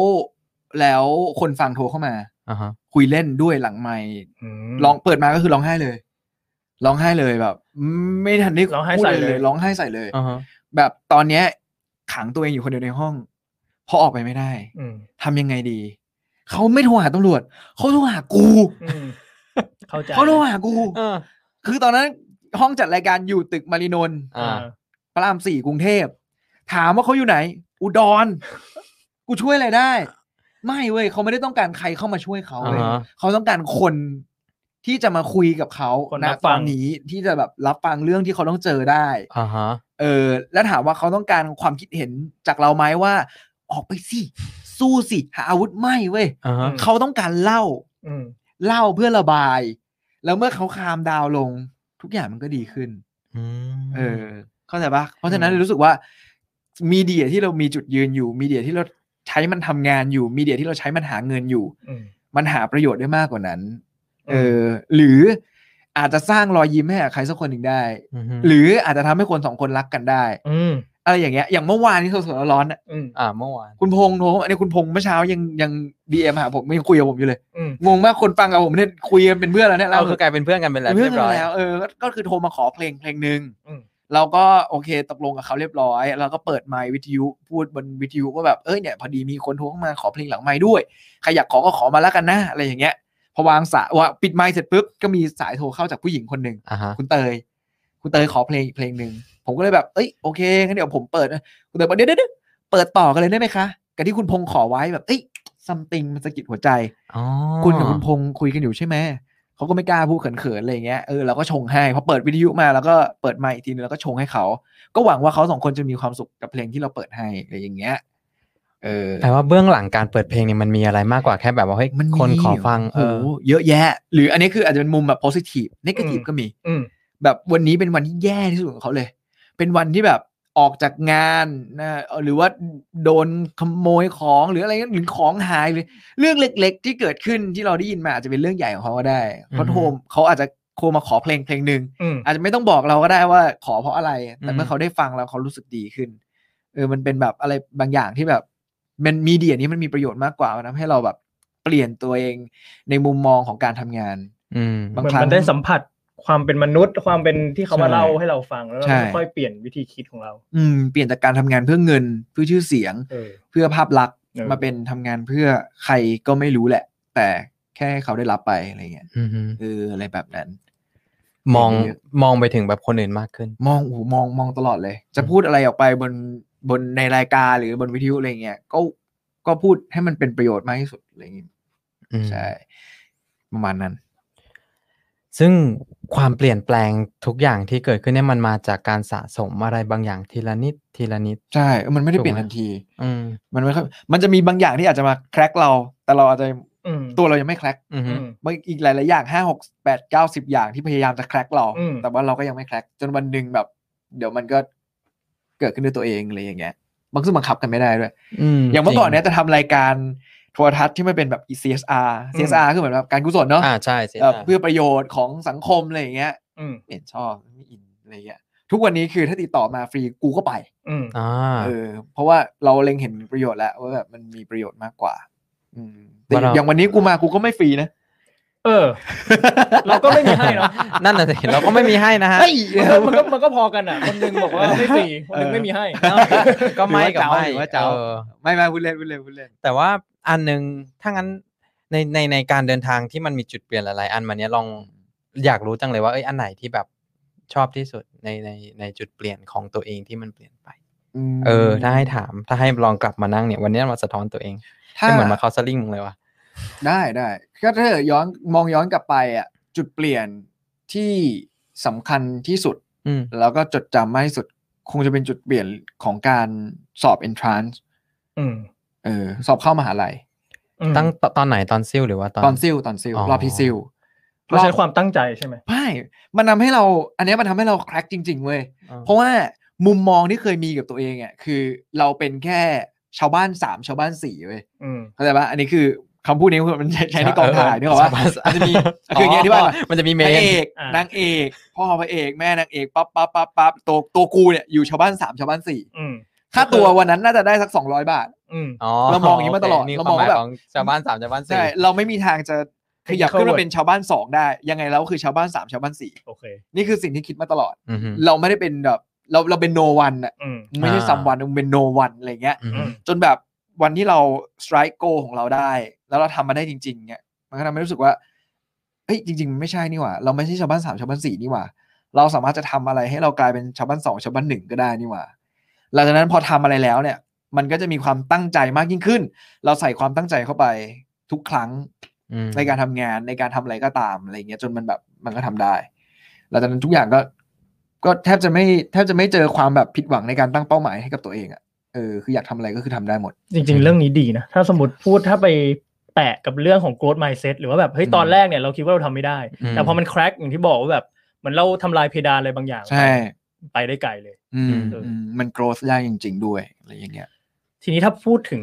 แล้วคนฟังโทรเข้ามา อ่าฮะ คุยเล่นด้วยหลังไมค์ ม ร้องเปิดมาก็คือร้องไห้เลยร้องไห้เลยแบบ ไม่ทันได้ ร้องไห้ พูด ใส่ อะไร เลย ร้องไห้ใส่เลย อ่าฮะ แบบตอนเนี้ยขังตัวเองอยู่คนเดียวในห้องเพอออกไปไม่ได้ อืม ทำยังไงดี เขาไม่โทรหาตำรวจ เขาโทรหากู อืมเข้าใจ เขาโทรหากู เออ คือตอนนั้นห้องจัดรายการอยู่ตึกมารีนนท์ อ่า พระรามสี่กรุงเทพ ถามว่าเขาอยู่ไหน อุดร กูช่วยอะไรได้ ไม่เว้ยเขาไม่ได้ต้องการใครเข้ามาช่วยเขาเลย อ่าฮะ เขาต้องการคนที่จะมาคุยกับเขา คน ณ รับ ต ฟั อง นนี้ที่จะแบบรับฟังเรื่องที่เขาต้องเจอได้ อ่าฮะ เออแล้วถามว่าเขาต้องการความคิดเห็นจากเราไหมว่า ออกไปสิสู้สิหาอาวุธไม่เว้ย อ่าฮะ ม เขาต้องการเล่า อืม เล่าเพื่อระบาย แล้วเมื่อเขาคามดาวน์ลง ทุกอย่างมันก็ดีขึ้น อืม เออ เข้าใจปะเพราะฉะนั้นรู้สึกว่ามีเดียที่เรามีจุดยืนอยู่ มีเดียที่เราใช้มันทำงานอยู่ มีเดียที่เราใช้มันหาเงินอยู่ อืม มันหาประโยชน์ได้มากกว่านั้น อืม เออ หรืออาจจะสร้างรอยยิ้มให้กับใครสักคนหนึ่งได้ อืม หรืออาจจะทำให้คนสองคนรักกันได้ อืม อะไรอย่างเงี้ย อย่างเมื่อวานนี้สดๆร้อนๆน่ะ อืม อ่าเมื่อวาน คุณพงษ์โน้อันนี้คุณพงษ์เมื่อเช้ายังยังดีเอ็มหาผมยังคุยกับผมอยู่เลย อืม งงมากคนฟังกับผมเนี่ยคุยกันเป็นเพื่อนแล้วเนี่ย เรา เรา คือกลายเป็นเพื่อนกันไปแล้ว เพื่อ เรียบนกั ร้ น อย แล้วเออก็ก็คือโทรมาขอเพลงเพลงหนึ่ง อืม เราก็โอเคตกลงกับเขาเรียบร้อยเราก็เปิดไมค์วิทยุพูดบนวิทยุว่าแบบเอ้ยเนี่ยพอดีมีคนโทรเข้ามาขอเพลงหลังไมค์ด้วยใครอยากขอก็ขอมาแล้วกันนะอะไรอย่างเงี้ยพอวางสายว่าปิดไมค์เสร็จปุ๊บก็มีสายโทรเข้าจากผู้หญิงคนหนึ่ง อ่าฮะ คุณเตย คุณเตยขอเพลงอีกเพลงหนึ่งผมก็เลยแบบเอ้ยโอเคงั้นเดี๋ยวผมเปิดนะคุณเตยบอกเดี๋ยวเดี๋ยวเดี๋ยวเปิดต่อกันเลยได้ไหมคะกับที่คุณพงษ์ขอไว้แบบเอ้ย something มันสะกิดหัวใจ อ๋อ คุณกับคุณพงษ์คุยกันอยู่ใช่ไหม เขาก็ไม่กล้าพูดเขินๆอะไรอย่างเงี้ย เออเราก็ชงให้พอเปิดวิทยุมาแล้วก็เปิดไมค์อีกทีนึงแล้วก็ชงให้เขา ก็หวังว่าเขาสองคนจะมีความสุขกับเพลงที่เราเปิดให้อะไรอย่างเงี้ย เออ แปลว่าเบื้องหลังการเปิดเพลงเนี่ยมันมีอะไรมากกว่าแค่แบบว่าเฮ้ย มันมี คนขอฟังเอ โอ้ อ โหเยอะแยะ หรืออันนี้คืออาจจะเป็นมุมแบบ positive อื negative ม ก็มี อืม แบบวันนี้เป็นวันที่แย่ที่สุดของเขาเลย เป็นวันที่แบบออกจากงานนะเอ่อหรือว่าโดนขโมยของหรืออะไรเงี้ยหรือของหายหรือเรื่องเล็ก ๆ ที่เกิดขึ้นที่เราได้ยินมาอาจจะเป็นเรื่องใหญ่ของเขาก็ได้เขา อืม โทรเขาอาจจะโทรมาขอเพลงเพลงหนึ่ง อืม อาจจะไม่ต้องบอกเราก็ได้ว่าขอเพราะอะไร แต่เมื่อเขาได้ฟังแล้วเขารู้สึกดีขึ้นเออมันเป็นแบบอะไรบางอย่างที่แบบมันมีเดียนี้มันมีประโยชน์มากกว่านะให้เราแบบเปลี่ยนตัวเองในมุมมองของการทำงาน อืม บาง เหมือน ครั้ มั ง นได้สัมผัสความเป็นมนุษย์ความเป็นที่เขามา ใช่ เล่าให้เราฟังแล้วเรา ใช่ ก็ค่อยเปลี่ยนวิธีคิดของเรา อืมเปลี่ยนจากการทำงานเพื่อเงินเพื่อชื่อเสียง เออ เพื่อภาพลักษณ์ เออ มาเป็นทำงานเพื่อใครก็ไม่รู้แหละ แต่แค่ให้เขาได้รับไปอะไรเงี้ย อืมฮึ เอออะไรแบบนั้น มอง มีเยอะ มองไปถึงแบบคนอื่นมากขึ้น มองโอ้โหมองมองตลอดเลย จะพูดอะไรออกไปบนบนในรายการหรือบนวิทยุอะไรเงี้ยก็ก็พูดให้มันเป็นประโยชน์มากที่สุดอะไรเงี้ย อืม ใช่ประมาณนั้น ซึ่งความเปลี่ยนแปลงทุกอย่างที่เกิดขึ้นเนี่ยมันมาจากการสะสมอะไรบางอย่างทีละนิดทีละนิด ใช่เออมันไม่ได้ ถูก เปลี่ยน ไหม ทันที อืม มันไม่ค่อยมันจะมีบางอย่างที่อาจจะมาแครกเรา แต่เราอาจจะ อืม ตัวเรายังไม่แครก อืมฮึ อืม มันอีกหลายๆอย่างห้าหกแปดเก้าสิบอย่างที่พยายามจะแครกเรา อืม แต่ว่าเราก็ยังไม่แครกจนวันหนึ่งแบบ เดี๋ยวมันก็เกิดขึ้นด้วยตัวเองอะไรอย่างเงี้ยบางซึ่งบังคับกันไม่ได้ด้วย อืม อย่างเมื่อก่อนเนี่ย จริ จะทำรายการโทรทัศน์ที่มันเป็นแบบ CSR CSR คือเหมือนแบบการกุศล ง เนาะ อ่าใช่สิ เอ่อ ใช่ เพื่อประโยชน์ของสังคมอะไรอย่างเงี้ย อืม ไม่เห็นชอบไม่อินอะไรอย่างเงี้ยทุกวันนี้คือถ้าติดต่อมาฟรีกูก็ไป อืม อ่า เออเพราะว่าเราเล็งเห็นประโยชน์แล้วว่าแบบมันมีประโยชน์มากกว่า อืมแต่อย่างวันนี้กูมากูก็ไม่ฟรีนะ เออ เราก็ไม่มีให้เนาะ นั่นน่ะสิเราก็ไม่มีให้นะฮะ เฮ้ย เออมันก็มันก็พอกันอ่ะ คนหนึงบอกว่าไม่ฟรีคนหนึงไม่มีให้ ก็ไม่กับไม่ หรือว่าเจ้า ออ ไม่ไม่พูดเล่นพูดเล่นพูดเล่น แต่ว่าอันหนึ่งถ้างั้นในในในการเดินทางที่มันมีจุดเปลี่ยนหลายๆ อันมาเนี้ยลองอยากรู้จังเลยว่าเอ้ยอันไหนที่แบบชอบที่สุดในในในจุดเปลี่ยนของตัวเองที่มันเปลี่ยนไป ม เออถ้าให้ถามถ้าให้ลองกลับมานั่งเนี่ยวันนี้มาสะท้อนตัวเอง ถ้า ไม่เหมือนมาเข้าสลิงมึงเลยว่ะ ได้ได้ก็ถ้าย้อนมองย้อนกลับไปอ่ะจุดเปลี่ยนที่ สำคัญที่สุด อืม แล้วก็จดจำมากที่สุด คงจะเป็นจุดเปลี่ยนของการสอบ entrance อืม เออสอบเข้ามหาลัย อืม ตั้งตตอนไหนตอนซิ่วหรือว่าตอน ตอนซิลตอนซิล อ๋อ รอบที่ซิล เราใช้ความตั้งใจใช่ไหม ใช่มันทำให้เรา อันเนี้ยมันทำให้เราแครกจริง ๆเว้ย อ๋อ เพราะว่ามุมมองที่เคยมีกับตัวเองอ่ะคือเราเป็นแค่ชาวบ้านสามชาวบ้านสี่เว้ย อืม เข้าใจปะอันนี้คือคำพูดนี้มันใช้ใช้ในกองถ่ายนึกออกปะมันจะมีคืออย่างเงี้ยที่ว่า มันจะมีเม นาง น เอก อ่าน นางเอก พ่อพระเอกแม่นางเอกปั๊บปั๊บปั๊บปั๊บตัวตัวกูเนี่ยอยู่ชาวบ้านสามชาวบ้านสี่ อืม ค่าตัววันนั้นน่าจะได้สักสองร้อยบาท อืม เรามองอย่างนี้มา ตลอด โค เรามองว่าแบบ ควหยของชาวบ้านสามชาวบ้านสี่ ใช่เราไม่มีทางจะขยับขึ้น Introvert มาเป็นชาวบ้านสองได้ ยังไงเราก็คือชาวบ้านสามชาวบ้านสี่ โอเค นี่คือสิ่งที่คิดมาตลอด อือฮึ เราไม่ได้เป็นแบบเราเราเป็นโนวันอ่ะ อืม ไม่ใช่ซัมวันเป็นโนวันอะไรเงี้ย อือ อื ฮึ ม จนแบบวันที่เรา strike go ของเราได้ แล้วเราทำมาได้จริงๆเนี่ยมันก็ทำให้รู้สึกว่าเอ้ยจริง ๆ มันไม่ใช่นี่หว่า เราไม่ใช่ชาวบ้านสามชาวบ้านสี่นี่หว่า เราสามารถจะทำอะไรให้เรากลายเป็นชาวบ้านสองชาวบ้านหนึ่งก็ได้นี่หว่า หลังจากนั้นพอทำอะไรแล้วเนี่ย มันก็จะมีความตั้งใจมากยิ่งขึ้น เราใส่ความตั้งใจเข้าไปทุกครั้ง อืม ในการทำงานในการทำอะไรก็ตามอะไรเงี้ยจนมันแบบมันก็ทำได้หลังจากนั้นทุกอย่างก็ ก็แทบจะไม่แทบจะไม่เจอความแบบผิดหวังในการตั้งเป้าหมายให้กับตัวเองอะเออคืออยากทำอะไรก็คือทำได้หมด จริง ๆ เรื่องนี้ดีนะ ถ้าสมมติพูดถ้าไปแตะกับเรื่องของ growth mindset หรือว่าแบบเฮ้ยตอนแรกเนี่ยเราคิดว่าเราทำไม่ได้ แต่พอมันแครกอย่างที่บอกว่าแบบเหมือนเราทำลายเพดานอะไรบางอย่าง ใช่ ไปได้ไกลเลย อืม เอออื มมัน growth ยากจริง ๆ ด้วยอะไรอย่างเงี้ย ทีนี้ถ้าพูดถึง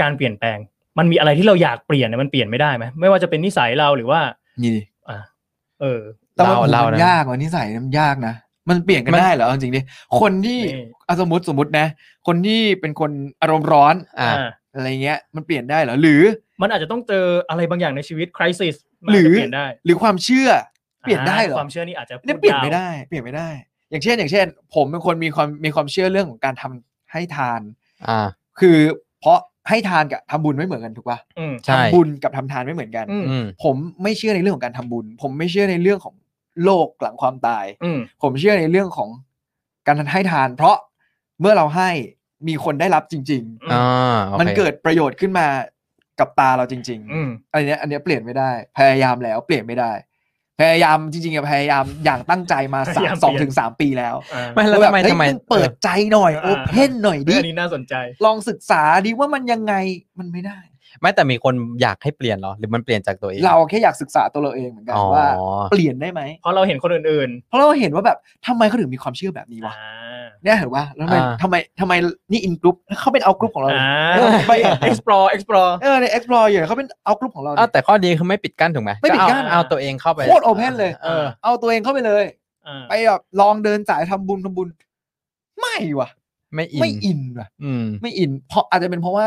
การเปลี่ยนแปลง มันมีอะไรที่เราอยากเปลี่ยนเนี่ยมันเปลี่ยนไม่ได้ไหมไม่ว่าจะเป็นนิสัยเราหรือว่า นี่ อ่ะเออ แต่ว่า เล่าเล่า มัน นะ ยากว่ะนิสัยมันยากนะ มันเปลี่ยนกัน มัน ได้เหรอเอาจริงดิคนที่ นี่ อ่ะสมมติสมมตินะ คนที่เป็นคนอารมณ์ร้อน อ่า อ่ะ อะไรเงี้ย มันเปลี่ยนได้เหรอ หรือ มันอาจจะต้องเจออะไรบางอย่างในชีวิตคริสิส หรือ เปลี่ยนได้ หรือความเชื่อ เปลี่ยนได้เหรอ ความเชื่อนี่อาจจะพูด เนี่ยเปลี่ยนไม่ าว ได้ เปลี่ยนไม่ได้ อย่างเช่น อย่างเช่น ผมเป็นคนมีความมีความเชื่อเรื่องของการทำให้ทาน อ่า คือเพราะให้ทานกับทำบุญไม่เหมือนกันถูกป่ะ อืม ใช่ ทำบุญกับทำทานไม่เหมือนกัน อืม อืม ผมไม่เชื่อในเรื่องของการทำบุญ ผมไม่เชื่อในเรื่องของโลกหลังความตาย อืม ผมเชื่อในเรื่องของการให้ทาน เพราะเมื่อเราให้มีคนได้รับจริง อ่า ๆ โอค มันเกิดประโยชน์ขึ้นมากับตาเราจริง อืม ๆอันเนี้ยอันเนี้ยเปลี่ยนไม่ได้ พยายามแล้วเปลี่ยนไม่ได้ พยายามจริงๆอะพยายามอย่างตั้งใจมาสามสองถึงสามปีแล้ว อ่า ไม่แล้ว แบ ทำ บ ไม เฮ้ย ทำไม งเปิดใจหน่อยโอ อ่า เพนหน่อยดิ เรื่องนี้น่าสนใจ ลองศึกษาดิว่ามันยังไงมันไม่ได้ ไม่แต่มีคนอยากให้เปลี่ยนเหรอ หรือมันเปลี่ยนจากตัวเอง เราแค่อยากศึกษาตัวเราเองเหมือนกัน อ๋อ ว่า เปลี่ยนได้ไหม เพราะเราเห็นคนอื่น เพราะเราเห็นว่าแบบทำไมเขาถึงมีความเชื่อแบบนี้ ๆ วะ อ่า เนี่ยเห็นว่าแล้วทำไมทำไมทำไมนี่อินกรุ๊ปเขาเป็นเอากรุ๊ปของเราเลย อ่า ไป explore explore เออใน explore อยู่เขาเป็นเอากรุ๊ปของเรา อ้าว เนี่ย แต่ข้อดีคือไม่ปิดกั้นถูกไหม ไม่ปิดกั้น เอาเอาตัวเองเข้าไป โคตร open เลย เออ เอาตัวเองเข้าไปเลย อ่า ไปแบบลองเดินสายทำบุญทำบุญ ไม่ว่ะ ไม่อิน ไม่อินว่ะ อืม ไม่อิน เพราะอาจจะเป็นเพราะว่า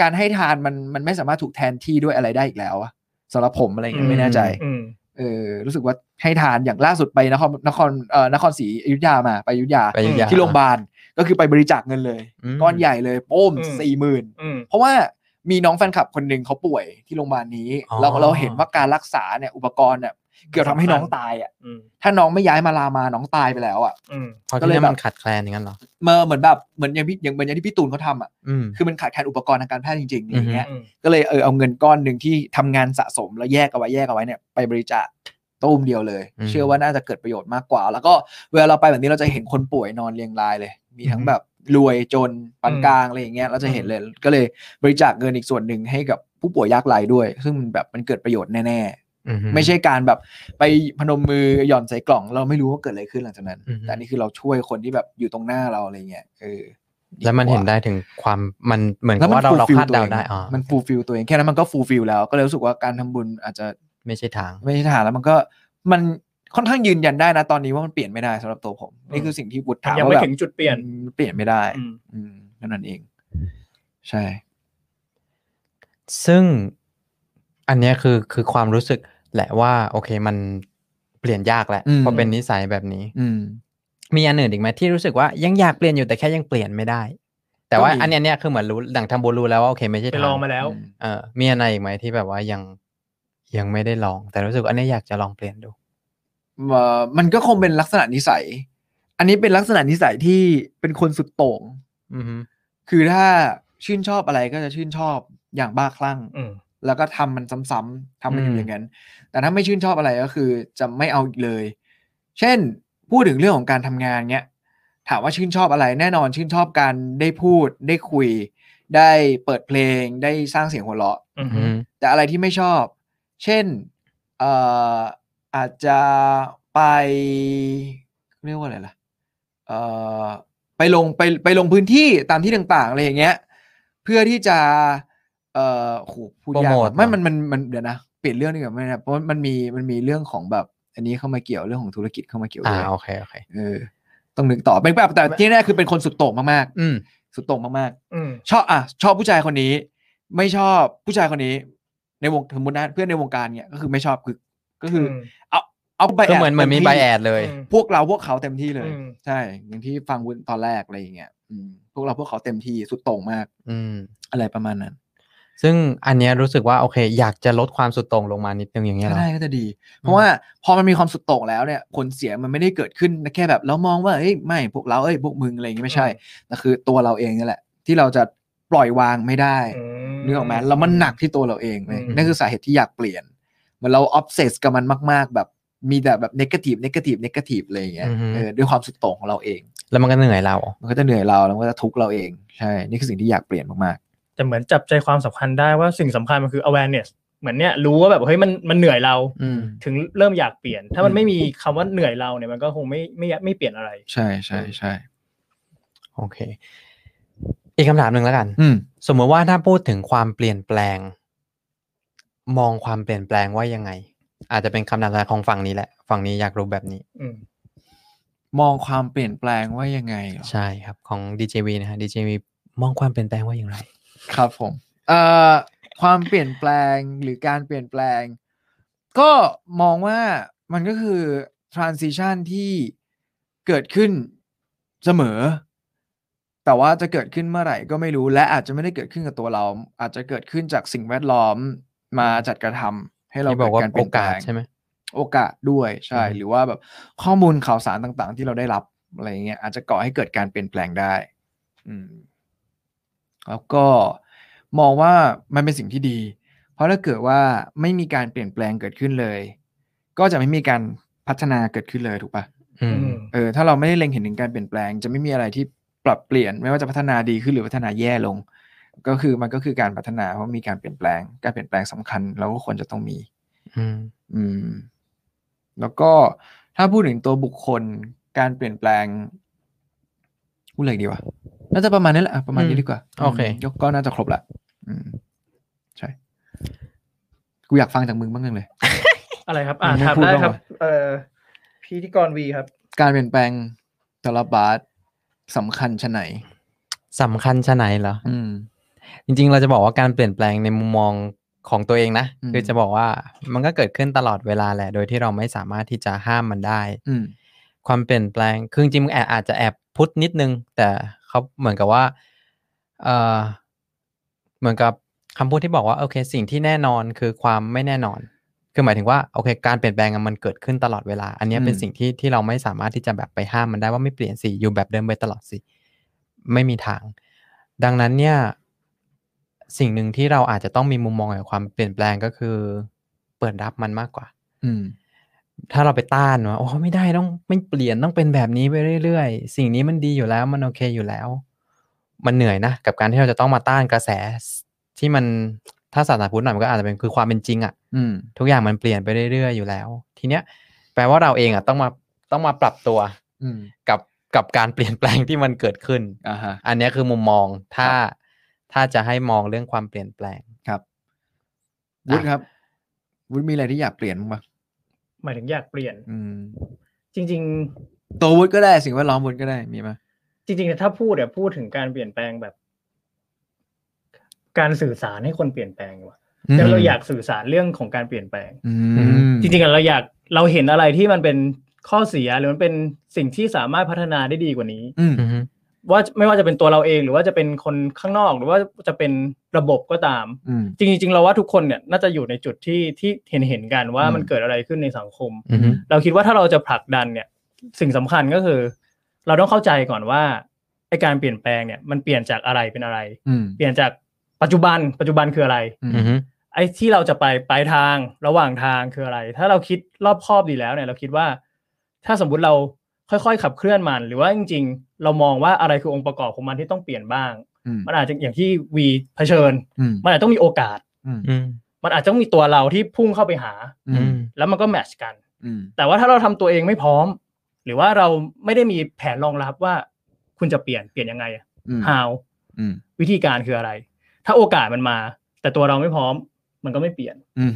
การให้ทานมันมันไม่สามารถถูกแทนที่ด้วยอะไรได้อีกแล้วอะสำหรับผมอะไรอย่างเงี้ยไม่แน่ใจ อืม เออรู้สึกว่าให้ทานอย่างล่าสุดไปนครนครเอ่อนครศรีอยุธยามาไปอยุธยา ไปอยุธยา ที่โรงพยาบาลก็คือไปบริจาคเงินเลย อืม ก้อนใหญ่เลยโป้มสี่หมื่น อืม เพราะว่ามีน้องแฟนคลับคนหนึ่งเขาป่วยที่โรงพยาบาลนี้ อ๋อ เราเราเห็นว่าการรักษาเนี่ยอุปกรณ์เนี่ยเกือบทำให้น้องตายอ่ะ อืม ถ้าน้องไม่ย้ายมาลามาน้องตายไปแล้วอ่ะ อืม พอ ก็ ที่ เลย นี่ แบบ มันขาดแคลนอย่างนั้นเหรอ เมื่อเหมือนแบบเหมือนอย่างพี่อย่างเหมือนอย่างที่พี่ตูนเขาทำอ่ะ อืม คือมันขาดแคลนอุปกรณ์ทางการแพทย์จริงๆอะไรอย่างเงี้ย อืม ก็เลยเออเอาเงินก้อนหนึ่งที่ทำงานสะสมแล้วแยกเอาไว้แยกเอาไว้เนี่ยไปบริจาคตู้มเดียวเลย อืม เชื่อว่าน่าจะเกิดประโยชน์มากกว่า แล้วก็เวลาเราไปแบบนี้เราจะเห็นคนป่วยนอนเรียงรายเลย มีทั้งแบบรวยจนปานกลางอะไรอย่างเงี้ยเราจะเห็นเลย ก็เลยบริจาคเงินอีกส่วนหนึ่งให้กับผู้ป่วยยากไร้ด้วย ซึ่งมันแบบมันเกิดประโยชน์แน่ อื ๆ ไม่ใช่การแบบไปพนมมือหย่อนใส่กล่อง เราไม่รู้ว่าเกิดอะไรขึ้นหลังจากนั้น อืม แต่อันนี่คือเราช่วยคนที่แบบอยู่ตรงหน้าเราอะไรเงี้ยเออ แล้วมันเห็นได้ถึงความมันเหมือนกับว่าเราเราคาดเดาได้อ๋อ มันฟูลฟิลตัวเองแค่นั้นมันก็ฟูลฟิลแล้วก็เลยรู้สึกว่าการทำบุญอาจจะ ไม่ใช่ทาง ไม่ใช่ทหารแล้วมันก็มันค่อนข้างยืนยันได้นะตอนนี้ว่ามันเปลี่ยนไม่ได้สำหรับตัวผม นี่คือสิ่งที่บุตร มัน ถาม ยัง ว่า ไม่ แบบ ถึงจุดเปลี่ยน เปลี่ยนไม่ได้ อืม อืมนั่นนั่นเอง ใช่ ซึ่งอันเนี้ยคือคือความรู้สึกแหละว่า โอเคมันเปลี่ยนยากแหละ อืม เพราะเป็นนิสัยแบบนี้ อืม มีอันอื่นอีกไหมที่รู้สึกว่ายังอยากเปลี่ยนอยู่แต่แค่ยังเปลี่ยนไม่ได้ แต่ว่า ก็มี อันเนี้ยเนี่ยคือเหมือนรู้ดังทำบุญรู้แล้วว่าโอเคไม่ใช่ ไป ทา ลอง งมาแล้ว อืม เออมีอันไหนอีกไหมที่แบบว่ายังยังไม่ได้ลอง แต่รู้สึกว่าอันเนี้ยอยากจะลองเปลี่ยนดู เอ่อมันก็คงเป็นลักษณะนิสัย อันนี้เป็นลักษณะนิสัยที่เป็นคนสุดโต่ง อือฮึ คือถ้าชื่นชอบอะไรก็จะชื่นชอบอย่างบ้าคลั่ง อืม แล้วก็ทำมันซ้ำๆทำมันอยู่อย่างนั้น แต่ถ้าไม่ชื่นชอบอะไรก็คือ จะไม่เอาอีกเลย เช่นพูดถึงเรื่องของการทำงานเนี้ยถามว่าชื่นชอบอะไรแน่นอนชื่นชอบการได้พูด ได้คุย ได้เปิดเพลง ได้สร้างเสียงหัวเราะ อืม อืม แต่อะไรที่ไม่ชอบ เช่นเอ่ออาจจะไปเรียกว่าอะไรล่ะเอ่อไปลงไปไปลงพื้นที่ตามที่ต่างๆอะไรอย่างเงี้ย เพื่อที่จะเอ่อโหพูดยากว่ะไม่มันมันมันเดี๋ยวนะเปลี่ยนเรื่องดีกว่าไม่นะเพราะมันมีมันมีเรื่องของแบบ อันนี้เข้ามาเกี่ยวเรื่องของธุรกิจเข้ามาเกี่ยว อ่า ด้วย โอเคโอเค เออต้องนึกต่อเป็นแบบแต่ที่แน่คือเป็นคนสุดโต่งมาก อืม ๆ สุดโต่งมากๆ อืม ชอบอ่ะชอบผู้ชายคนนี้ ไม่ชอบผู้ชายคนนี้ ในวงสมมตินะเพื่อนในวงการเนี่ยก็คือไม่ชอบคือก็คืออเอาไป ก็เหมือนเหมือนมีใบแอดเลย อืม พวกเราพวกเขาเต็มที่เลย อืม ใช่อย่างที่ฟังวุ้นตอนแรกอะไรอย่างเงี้ยอืมพวกเราพวกเขาเต็มที่สุดโต่งมาก อืม อะไรประมาณนั้น ซึ่งอันเนี้ยรู้สึกว่าโอเค อยากจะลดความสุดโต่งลงมานิดนึงอย่างเงี้ย ถ้า เหรอ ได้ก็จะดี เพราะว่าพอมันมีความสุดโต่งแล้วเนี่ยผลเสียมันไม่ได้เกิดขึ้นแค่แบบเรามองว่าเอ้ยไม่พวกเราเอ้ยพวกมึงอะไรอย่างเงี้ยไม่ใช่แต่คือตัวเราเองนี่แหละ ที่เราจะปล่อยวางไม่ได้ ม นึกออกไหมแล้วมันหนักที่ตัวเราเองเลย อืม นั่นคือสาเหตุที่อยากเปลี่ยน เหมือนเราออฟเซสกับมันมาก ๆ แบบมีแต่แบบเนกาทีฟเนกาทีฟเนกาทีฟอะไรอย่างเงี้ย อือฮึ เออด้วยความสุดโต่งของเราเอง แล้วมันก็เหนื่อยเรา มันก็จะเหนื่อยเราแล้วมันก็จะทุกข์เราเองใช่ นี่คือสิ่งที่อยากเปลี่ยนมาก แต่เหมือนจับใจความสำคัญได้ว่าสิ่งสำคัญมันคือ awareness เหมือนเนี่ยรู้ว่าแบบเฮ้ยมันมันเหนื่อยเรา อืม ถึงเริ่มอยากเปลี่ยน ถ้ามันไม่มีคำว่าเหนื่อยเราเนี่ยมันก็คงไม่ไม่ไม่ไม่เปลี่ยนอะไร ๆ ใช่ใช่ใช่ โอเค อีกคำถามหนึ่งแล้วกัน อืม สมมติว่าถ้าพูดถึงความเปลี่ยนแปลง มองความเปลี่ยนแปลงว่ายังไง อาจจะเป็นคำนามสกุลของฝั่งนี้แหละ ฝั่งนี้อยากรู้แบบนี้ อืม มองความเปลี่ยนแปลงว่ายังไงเหรอ ใช่ครับ ของ DJV นะฮะ DJV มองความเปลี่ยนแปลงว่าอย่างไร ครับผมเอ่อความเปลี่ยนแปลงหรือการเปลี่ยนแปลง ก็มองว่ามันก็คือ transition ที่เกิดขึ้นเสมอ แต่ว่าจะเกิดขึ้นเมื่อไหร่ก็ไม่รู้ และอาจจะไม่ได้เกิดขึ้นกับตัวเรา อาจจะเกิดขึ้นจากสิ่งแวดล้อมมาจัดการะทำให้เรา ที่บอก เด ว่า เปลี่ยนแปลโองกาสใช่ไหม โอกาสด้วยใช่ อืม หรือว่าแบบข้อมูลข่าวสารต่างๆ ที่เราได้รับอะไรอย่างเงี้ยอาจจะก่อให้เกิดการเปลี่ยนแปลงได้ อืม แล้วก็มองว่ามันเป็นสิ่งที่ดี เพราะถ้าเกิดว่าไม่มีการเปลี่ยนแปลงเกิดขึ้นเลย ก็จะไม่มีการพัฒนาเกิดขึ้นเลยถูกปะ อืม อืม เออถ้าเราไม่ได้เล็งเห็นถึงการเปลี่ยนแปลง จะไม่มีอะไรที่ปรับเปลี่ยน ไม่ว่าจะพัฒนาดีขึ้นหรือพัฒนาแย่ลง ก็คือมันก็คือการพัฒนาเพราะมีการเปลี่ยนแปลง การเปลี่ยนแปลงสำคัญเราก็ควรจะต้องมี อืม อืม แล้วก็ถ้าพูดถึงตัวบุคคลการเปลี่ยนแปลงพูดอะไรดีวะน่าจะประมาณนี้แหละอ่ะประมาณ อื นี้ ม ดีกว่า โอเค มยกก็น่าจะครบละอืม ใช่ กูอยากฟังจากมึงบ้างจังเลย อะไรครับ อ่า มึงไม่ ถาม พูด ได้ บ้าง ครับ วะ เอ่อพิธีกรวีครับ การเปลี่ยนแปลงแต่ละบาทสำคัญชะไหน สำคัญชะไหนเหรอ อืม จริง ๆ เราจะบอกว่าการเปลี่ยนแปลงในมุมมองของตัวเองนะ อืม คือจะบอกว่ามันก็เกิดขึ้นตลอดเวลาแหละ โดยที่เราไม่สามารถที่จะห้ามมันได้ อืม ความเปลี่ยนแปลง คือจริงๆมันแอบอาจจะแอบพุทธนิดนึง แต่เขาเหมือนกับว่า เออเหมือนกับคำพูดที่บอกว่าโอเค สิ่งที่แน่นอนคือความไม่แน่นอน คือหมายถึงว่าโอเค การเปลี่ยนแปลงอะมันเกิดขึ้นตลอดเวลา อันเนี้ยเป็น อืม สิ่งที่ที่เราไม่สามารถที่จะแบบไปห้ามมันได้ว่าไม่เปลี่ยนสิอยู่แบบเดิมไปตลอดสิ ไม่มีทาง ดังนั้นเนี่ย สิ่งหนึ่งที่เราอาจจะต้องมีมุมมองกับความเปลี่ยนแปลงก็คือ เปิดรับมันมากกว่า อืม ถ้าเราไปต้านว่าโอ้ไม่ได้ต้องไม่เปลี่ยนต้องเป็นแบบนี้ไปเรื่อยๆ สิ่งนี้มันดีอยู่แล้วมันโอเคอยู่แล้ว มันเหนื่อยนะ กับการที่เราจะต้องมาต้านกระแสที่มันถ้าศาสนาพุทธหน่อยมันก็อาจจะเป็นคือความเป็นจริงอะ อืม ทุกอย่างมันเปลี่ยนไปเรื่อยๆอยู่แล้ว ทีเนี้ยแปลว่าเราเองอะต้องมาต้องมาปรับตัว อืม กับกับการเปลี่ยนแปลงที่มันเกิดขึ้น อ่าฮะ อันเนี้ยคือมุมมองถ้าถ้าจะให้มองเรื่องความเปลี่ยนแปลง ครับ อ่ะ วุฒิครับวุฒิมีอะไรที่อยากเปลี่ยนบ้างปะ หมายถึงอยากเปลี่ยน อืม จริง ตัววุฒิก็ได้สิ่งแวดล้อมวุฒิก็ได้มีไหมย ๆ จริงๆเนี่ยถ้าพูดเนี่ยพูดถึงการเปลี่ยนแปลงแบบ การสื่อสารให้คนเปลี่ยนแปลงอยู่อะแล้วเราอยากสื่อสารเรื่องของการเปลี่ยนแปลง อืม จริงๆอะเราอยากเราเห็นอะไรที่มันเป็นข้อเสียหรือมันเป็นสิ่งที่สามารถพัฒนาได้ดีกว่านี้ อืม อือฮึ ว่าไม่ว่าจะเป็นตัวเราเองหรือว่าจะเป็นคนข้างนอกหรือว่าจะเป็นระบบก็ตาม อืม จริงๆจริงๆเราว่าทุกคนเนี่ยน่าจะอยู่ในจุดที่ที่เห็นเห็นๆกันว่า อืม มันเกิดอะไรขึ้นในสังคม อือฮึ เราคิดว่าถ้าเราจะผลักดันเนี่ย สิ่งสำคัญก็คือ เราต้องเข้าใจก่อนว่าไอการเปลี่ยนแปลงเนี่ยมันเปลี่ยนจากอะไรเป็นอะไร อืม เปลี่ยนจากปัจจุบัน ปัจจุบันคืออะไร อื อือ ม ฮึ ไอ้ที่เราจะไปปลายทางระหว่างทางคืออะไร ถ้าเราคิดรอบคอบดีแล้วเนี่ย เราคิดว่า ถ้าสมมุติเราค่อยๆขับเคลื่อนมัน หรือว่าจริง ๆ เรามองว่าอะไรคือองค์ประกอบของมันที่ต้องเปลี่ยนบ้าง อืม มันอาจจะอย่างที่วีเผชิญ อืม มันอาจจะต้องมีโอกาส อืม อืม มันอาจจะต้องมีตัวเราที่พุ่งเข้าไปหา อื อื ม ม แล้วมันก็แมทชกัน อืม แต่ว่าถ้าเราทำตัวเองไม่พร้อม หรือว่าเราไม่ได้มีแผนรองรับว่าคุณจะเปลี่ยนเปลี่ยนยังไงอะ อืม how อืม วิธีการคืออะไร ถ้าโอกาสมันมา แต่ตัวเราไม่พร้อม มันก็ไม่เปลี่ยน อืม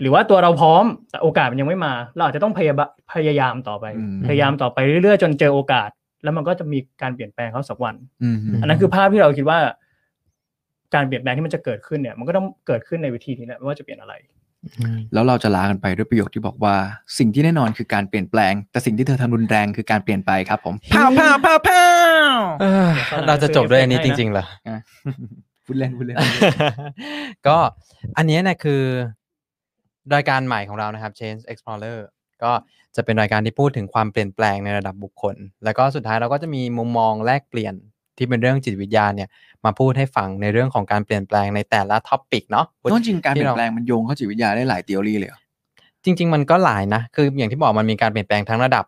หรือว่าตัวเราพร้อม แต่โอกาสมันยังไม่มา เราอาจจะต้องพยายามพยายามต่อไป อืม พยายามต่อไปเรื่อยๆ จนเจอโอกาส แล้วมันก็จะมีการเปลี่ยนแปลงเขาสักวัน อืม อันนั้นคือภาพที่เราคิดว่า การเปลี่ยนแปลงที่มันจะเกิดขึ้นเนี่ย มันก็ต้องเกิดขึ้นในวิธีนี้แหละไม่ว่าจะเปลี่ยนอะไร อืม แล้วเราจะลากันไปด้วยประโยคที่บอกว่า สิ่งที่แน่นอนคือการเปลี่ยนแปลง แต่สิ่งที่เธอทำรุนแรงคือการเปลี่ยนไปครับผมพาวพาวพาวพาว เอ้อเราจะจบด้วยอันนี้จริงๆเหรอ พูดเล่นพูดเล่น ก็อันเนี้ยเนะคือรายการใหม่ของเรานะครับ Change Explorer ก็จะเป็นรายการที่พูดถึงความเปลี่ยนแปลงในระดับบุคคล แล้วก็สุดท้ายเราก็จะมีมุมมองแลกเปลี่ยนที่เป็นเรื่องจิตวิทยาเนี่ยมาพูดให้ฟังในเรื่องของการเปลี่ยนแปลงในแต่ละท็อปิกเนาะ ต้องจริงการเปลี่ยนแปลงมันโยงเข้าจิตวิทยาได้หลายเตียรี่เลยเหรอ จริง ๆ มันก็หลายนะ คืออย่างที่บอกมันมีการเปลี่ยนแปลงทั้งระดับ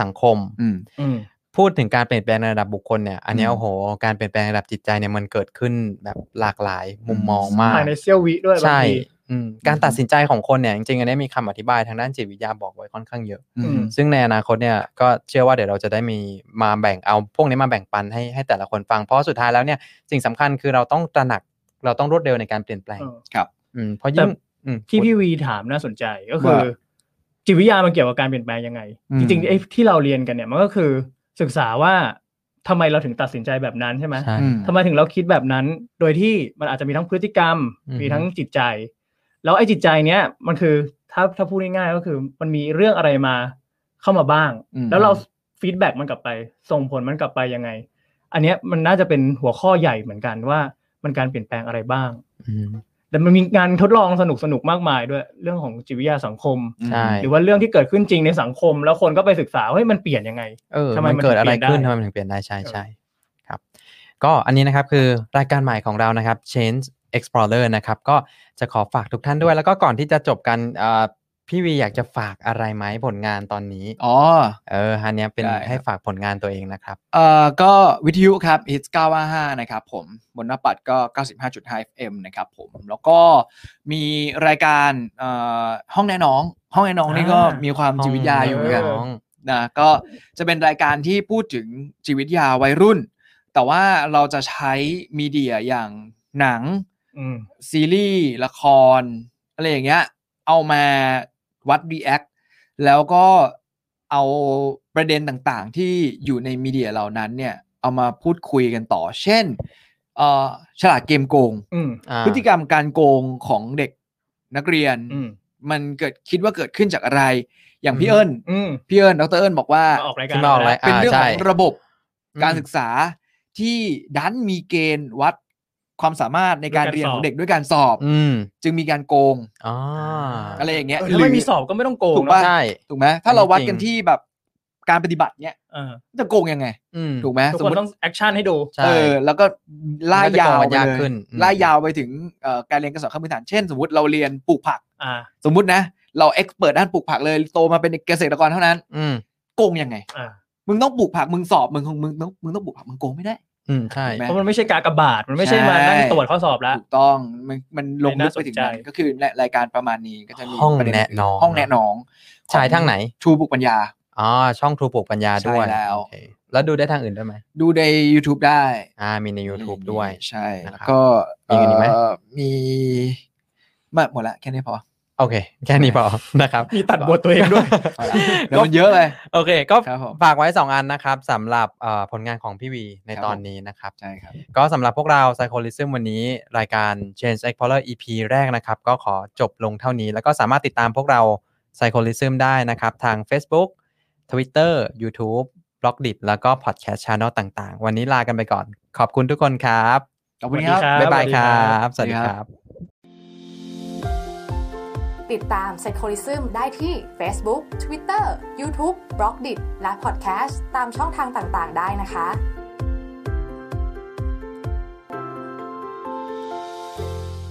สังคม อืม อืม พูดถึงการเปลี่ยนแปลงในระดับบุคคลเนี่ย อันเนี้ย อืม โอ้โห การเปลี่ยนแปลงในระดับจิตใจเนี่ยมันเกิดขึ้นแบบหลากหลายมุมมองมาก ภายในเซี่ยววิด้วยบาง ใช่ ที อืมการตัดสินใจของคนเนี่ยจริงๆอันเนี้ยมีคำอธิบายทางด้านจิตวิทยาบอกไว้ค่อนข้างเยอะ อืม ซึ่งในอนาคตเนี่ยก็เชื่อว่าเดี๋ยวเราจะได้มีมาแบ่งเอาพวกนี้มาแบ่งปันให้ให้แต่ละคนฟัง เพราะสุดท้ายแล้วเนี่ยสิ่งสำคัญคือเราต้องตระหนักเราต้องรวดเร็วในการเปลี่ยนแปลง เออ อืมเพราะยิ่ง แต่ อืม ที่พี่วีถามน่าสนใจก็คือ ว่า จิตวิทยามันเกี่ยวกับการเปลี่ยนแปลงยังไง อืม จริงๆไอ้ที่เราเรียนกันเนี่ยมันก็คือศึกษาว่าทำไมเราถึงตัดสินใจแบบนั้นใช่ไหม ใช่ อืม ทำไมถึงเราคิดแบบนั้น โดยที่มันอาจจะมีทั้งพฤติกรรม อืม มีทั้งจิตใจ แล้วไอ้จิตใจเนี้ยมันคือถ้าถ้าพูดง่ายๆก็คือ มันมีเรื่องอะไรมาเข้ามาบ้าง อืม แล้วเราฟีดแบ็กมันกลับไป ส่งผลมันกลับไปยังไง อันเนี้ยมันน่าจะเป็นหัวข้อใหญ่เหมือนกันว่ามันการเปลี่ยนแปลงอะไรบ้าง อืม แต่มันมีงานทดลองสนุกสนุกๆมากมายด้วยเรื่องของจิตวิทยาสังคม ใช่ หรือว่าเรื่องที่เกิดขึ้นจริงในสังคม แล้วคนก็ไปศึกษาว่าเฮ้ยมันเปลี่ยนยังไง เออ ทำไม มัน มัน เกิดอะไรขึ้น ถึงเปลี่ยนได้ ทำไมมันถึงเปลี่ยนได้ใช่ เออ ใช่ครับ ก็อันนี้นะครับคือรายการใหม่ของเรานะครับ Change Explorer นะครับก็จะขอฝากทุกท่านด้วย แล้วก็ก่อนที่จะจบกันเอ่อพี่วีอยากจะฝากอะไรไหมผลงานตอนนี้ อ๋อ เออฮันเนี้ยเป็น ได้ครับ ให้ฝากผลงานตัวเองนะครับ เอ่อก็วิทยุครับ hits 955 นะครับผม บนหน้าปัดก็ 95.5 fm นะครับผม แล้วก็มีรายการเอ่อห้องแน่น้อง ห้องแน่น้องนี่ก็ อ่ามี มีความจิตวิทยาอยู่เหมือนกัน นะก็จะเป็นรายการที่พูดถึงจิตวิทยาวัยรุ่น แต่ว่าเราจะใช้มีเดียอย่างหนัง อืม ซีรีส์ละคร อะไรอย่างเงี้ย เอามาวัด React แล้วก็เอาประเด็นต่างๆ ที่อยู่ในมีเดียเหล่านั้นเนี่ย เอามาพูดคุยกันต่อ เช่นเอ่อฉลาดเกมโกง อืม อ่า พฤติกรรมการโกงของเด็กนักเรียน อืม มันเกิดคิดว่าเกิดขึ้นจากอะไร อย่างพี่ อืม เอิญ อืม พี่เอิญดรเอิญบอกว่า มาออกรายการ ที่มาออกราย เป็นเรื่องของ ใช่ ระบบ อืม การศึกษาที่ดันมีเกณฑ์วัดความสามารถในการเรียนของเด็กด้วยการสอบ อืม จึงมีการโกง อ๋ออะ อะไรอย่างเงี้ย เออถ้าไม่มีสอบก็ไม่ต้องโกง ถูก เนอะ ปะ ใช่ ถูกไหมถ้าเราวัดกัน จริง ที่แบบการปฏิบัติเนี้ย เออ จะโกงยังไง อืม ถูกไหม ทุก สม คน มติ ต้องแอคชั่นให้ดู ใช่ เออแล้วก็ล่ายาว มันก็จะโกงกั ไป นยาก เลย ขึ้นอืม ล่ายาวไปถึงเอ่อการเรียนการสอนขั้นพื้นฐานเช่น สมมติเราเรียนปลูกผัก อ่า สมมตินะ เราเอ็กซ์เด้านปลูกผักเลยโตมาเป็นเกษตรกรเท่านั้น อืม โกงยังไง อ่า มึงต้องปลูกผักมึงสอบมึงคงมึงต้องมึงต้องปลูกผักมึงโกงไม่ได้ อืมใช่ ถูกไห เพราะมันไม่ใช่การกระบาดมันไม่ใช่ ใช่ มานั่งตรวจข้อสอบแล้ว ถูกต้องมันมันลงลึกไปถึงนั้ น่าสน น ใจ ก็คือรายการประมาณนี้ก็จะมี ห้อง ประเด็ แนะน้อง ห้องแนะน้อง ฉายทางไหน ชูบุกปัญญา อ๋อช่องทรูปลูกปัญญาด้วย ใช่แล้ว โอเคแล้วดูได้ทางอื่นด้วยไหม ดูใน YouTube ได้ อ่ามีใน YouTube ด้วย ใช่ นะครับ แล้วก็ มีเงินอีกไหม เอ่อมีมาหมดละแค่นี้พอ โอเค แค่ นี้พอ นะครับ มีตัดบทตัวเองด้วย พอละเดี๋ยวมันเยอะเลย โอเค ก็ ครับผม ฝากไว้ 2 อันนะครับสำหรับเอ่อผลงานของพี่วีใน ครับ ตอนนี้นะครับ ใช่ครับ ก็สำหรับพวกเรา Psycholism วันนี้ รายการ Change Explorer EP แรกนะครับ ก็ขอจบลงเท่านี้ แล้วก็สามารถติดตามพวกเรา Psycholism ได้นะครับ ทาง Facebook Twitter YouTube b l o g d i t แล้วก็ Podcast Channel ต่าง ๆ วันนี้ลากันไปก่อน ขอบคุณทุกคนครับ ขอบคุณครับ สวัสดีครับ บ๊ายบายครับ ส สวัวัส สดี ดี ครับ ครับ ติดตาม Psycholism ได้ที่ Facebook Twitter YouTube b l o g d i t และ Podcast ตามช่องทางต่างๆ ได้นะคะ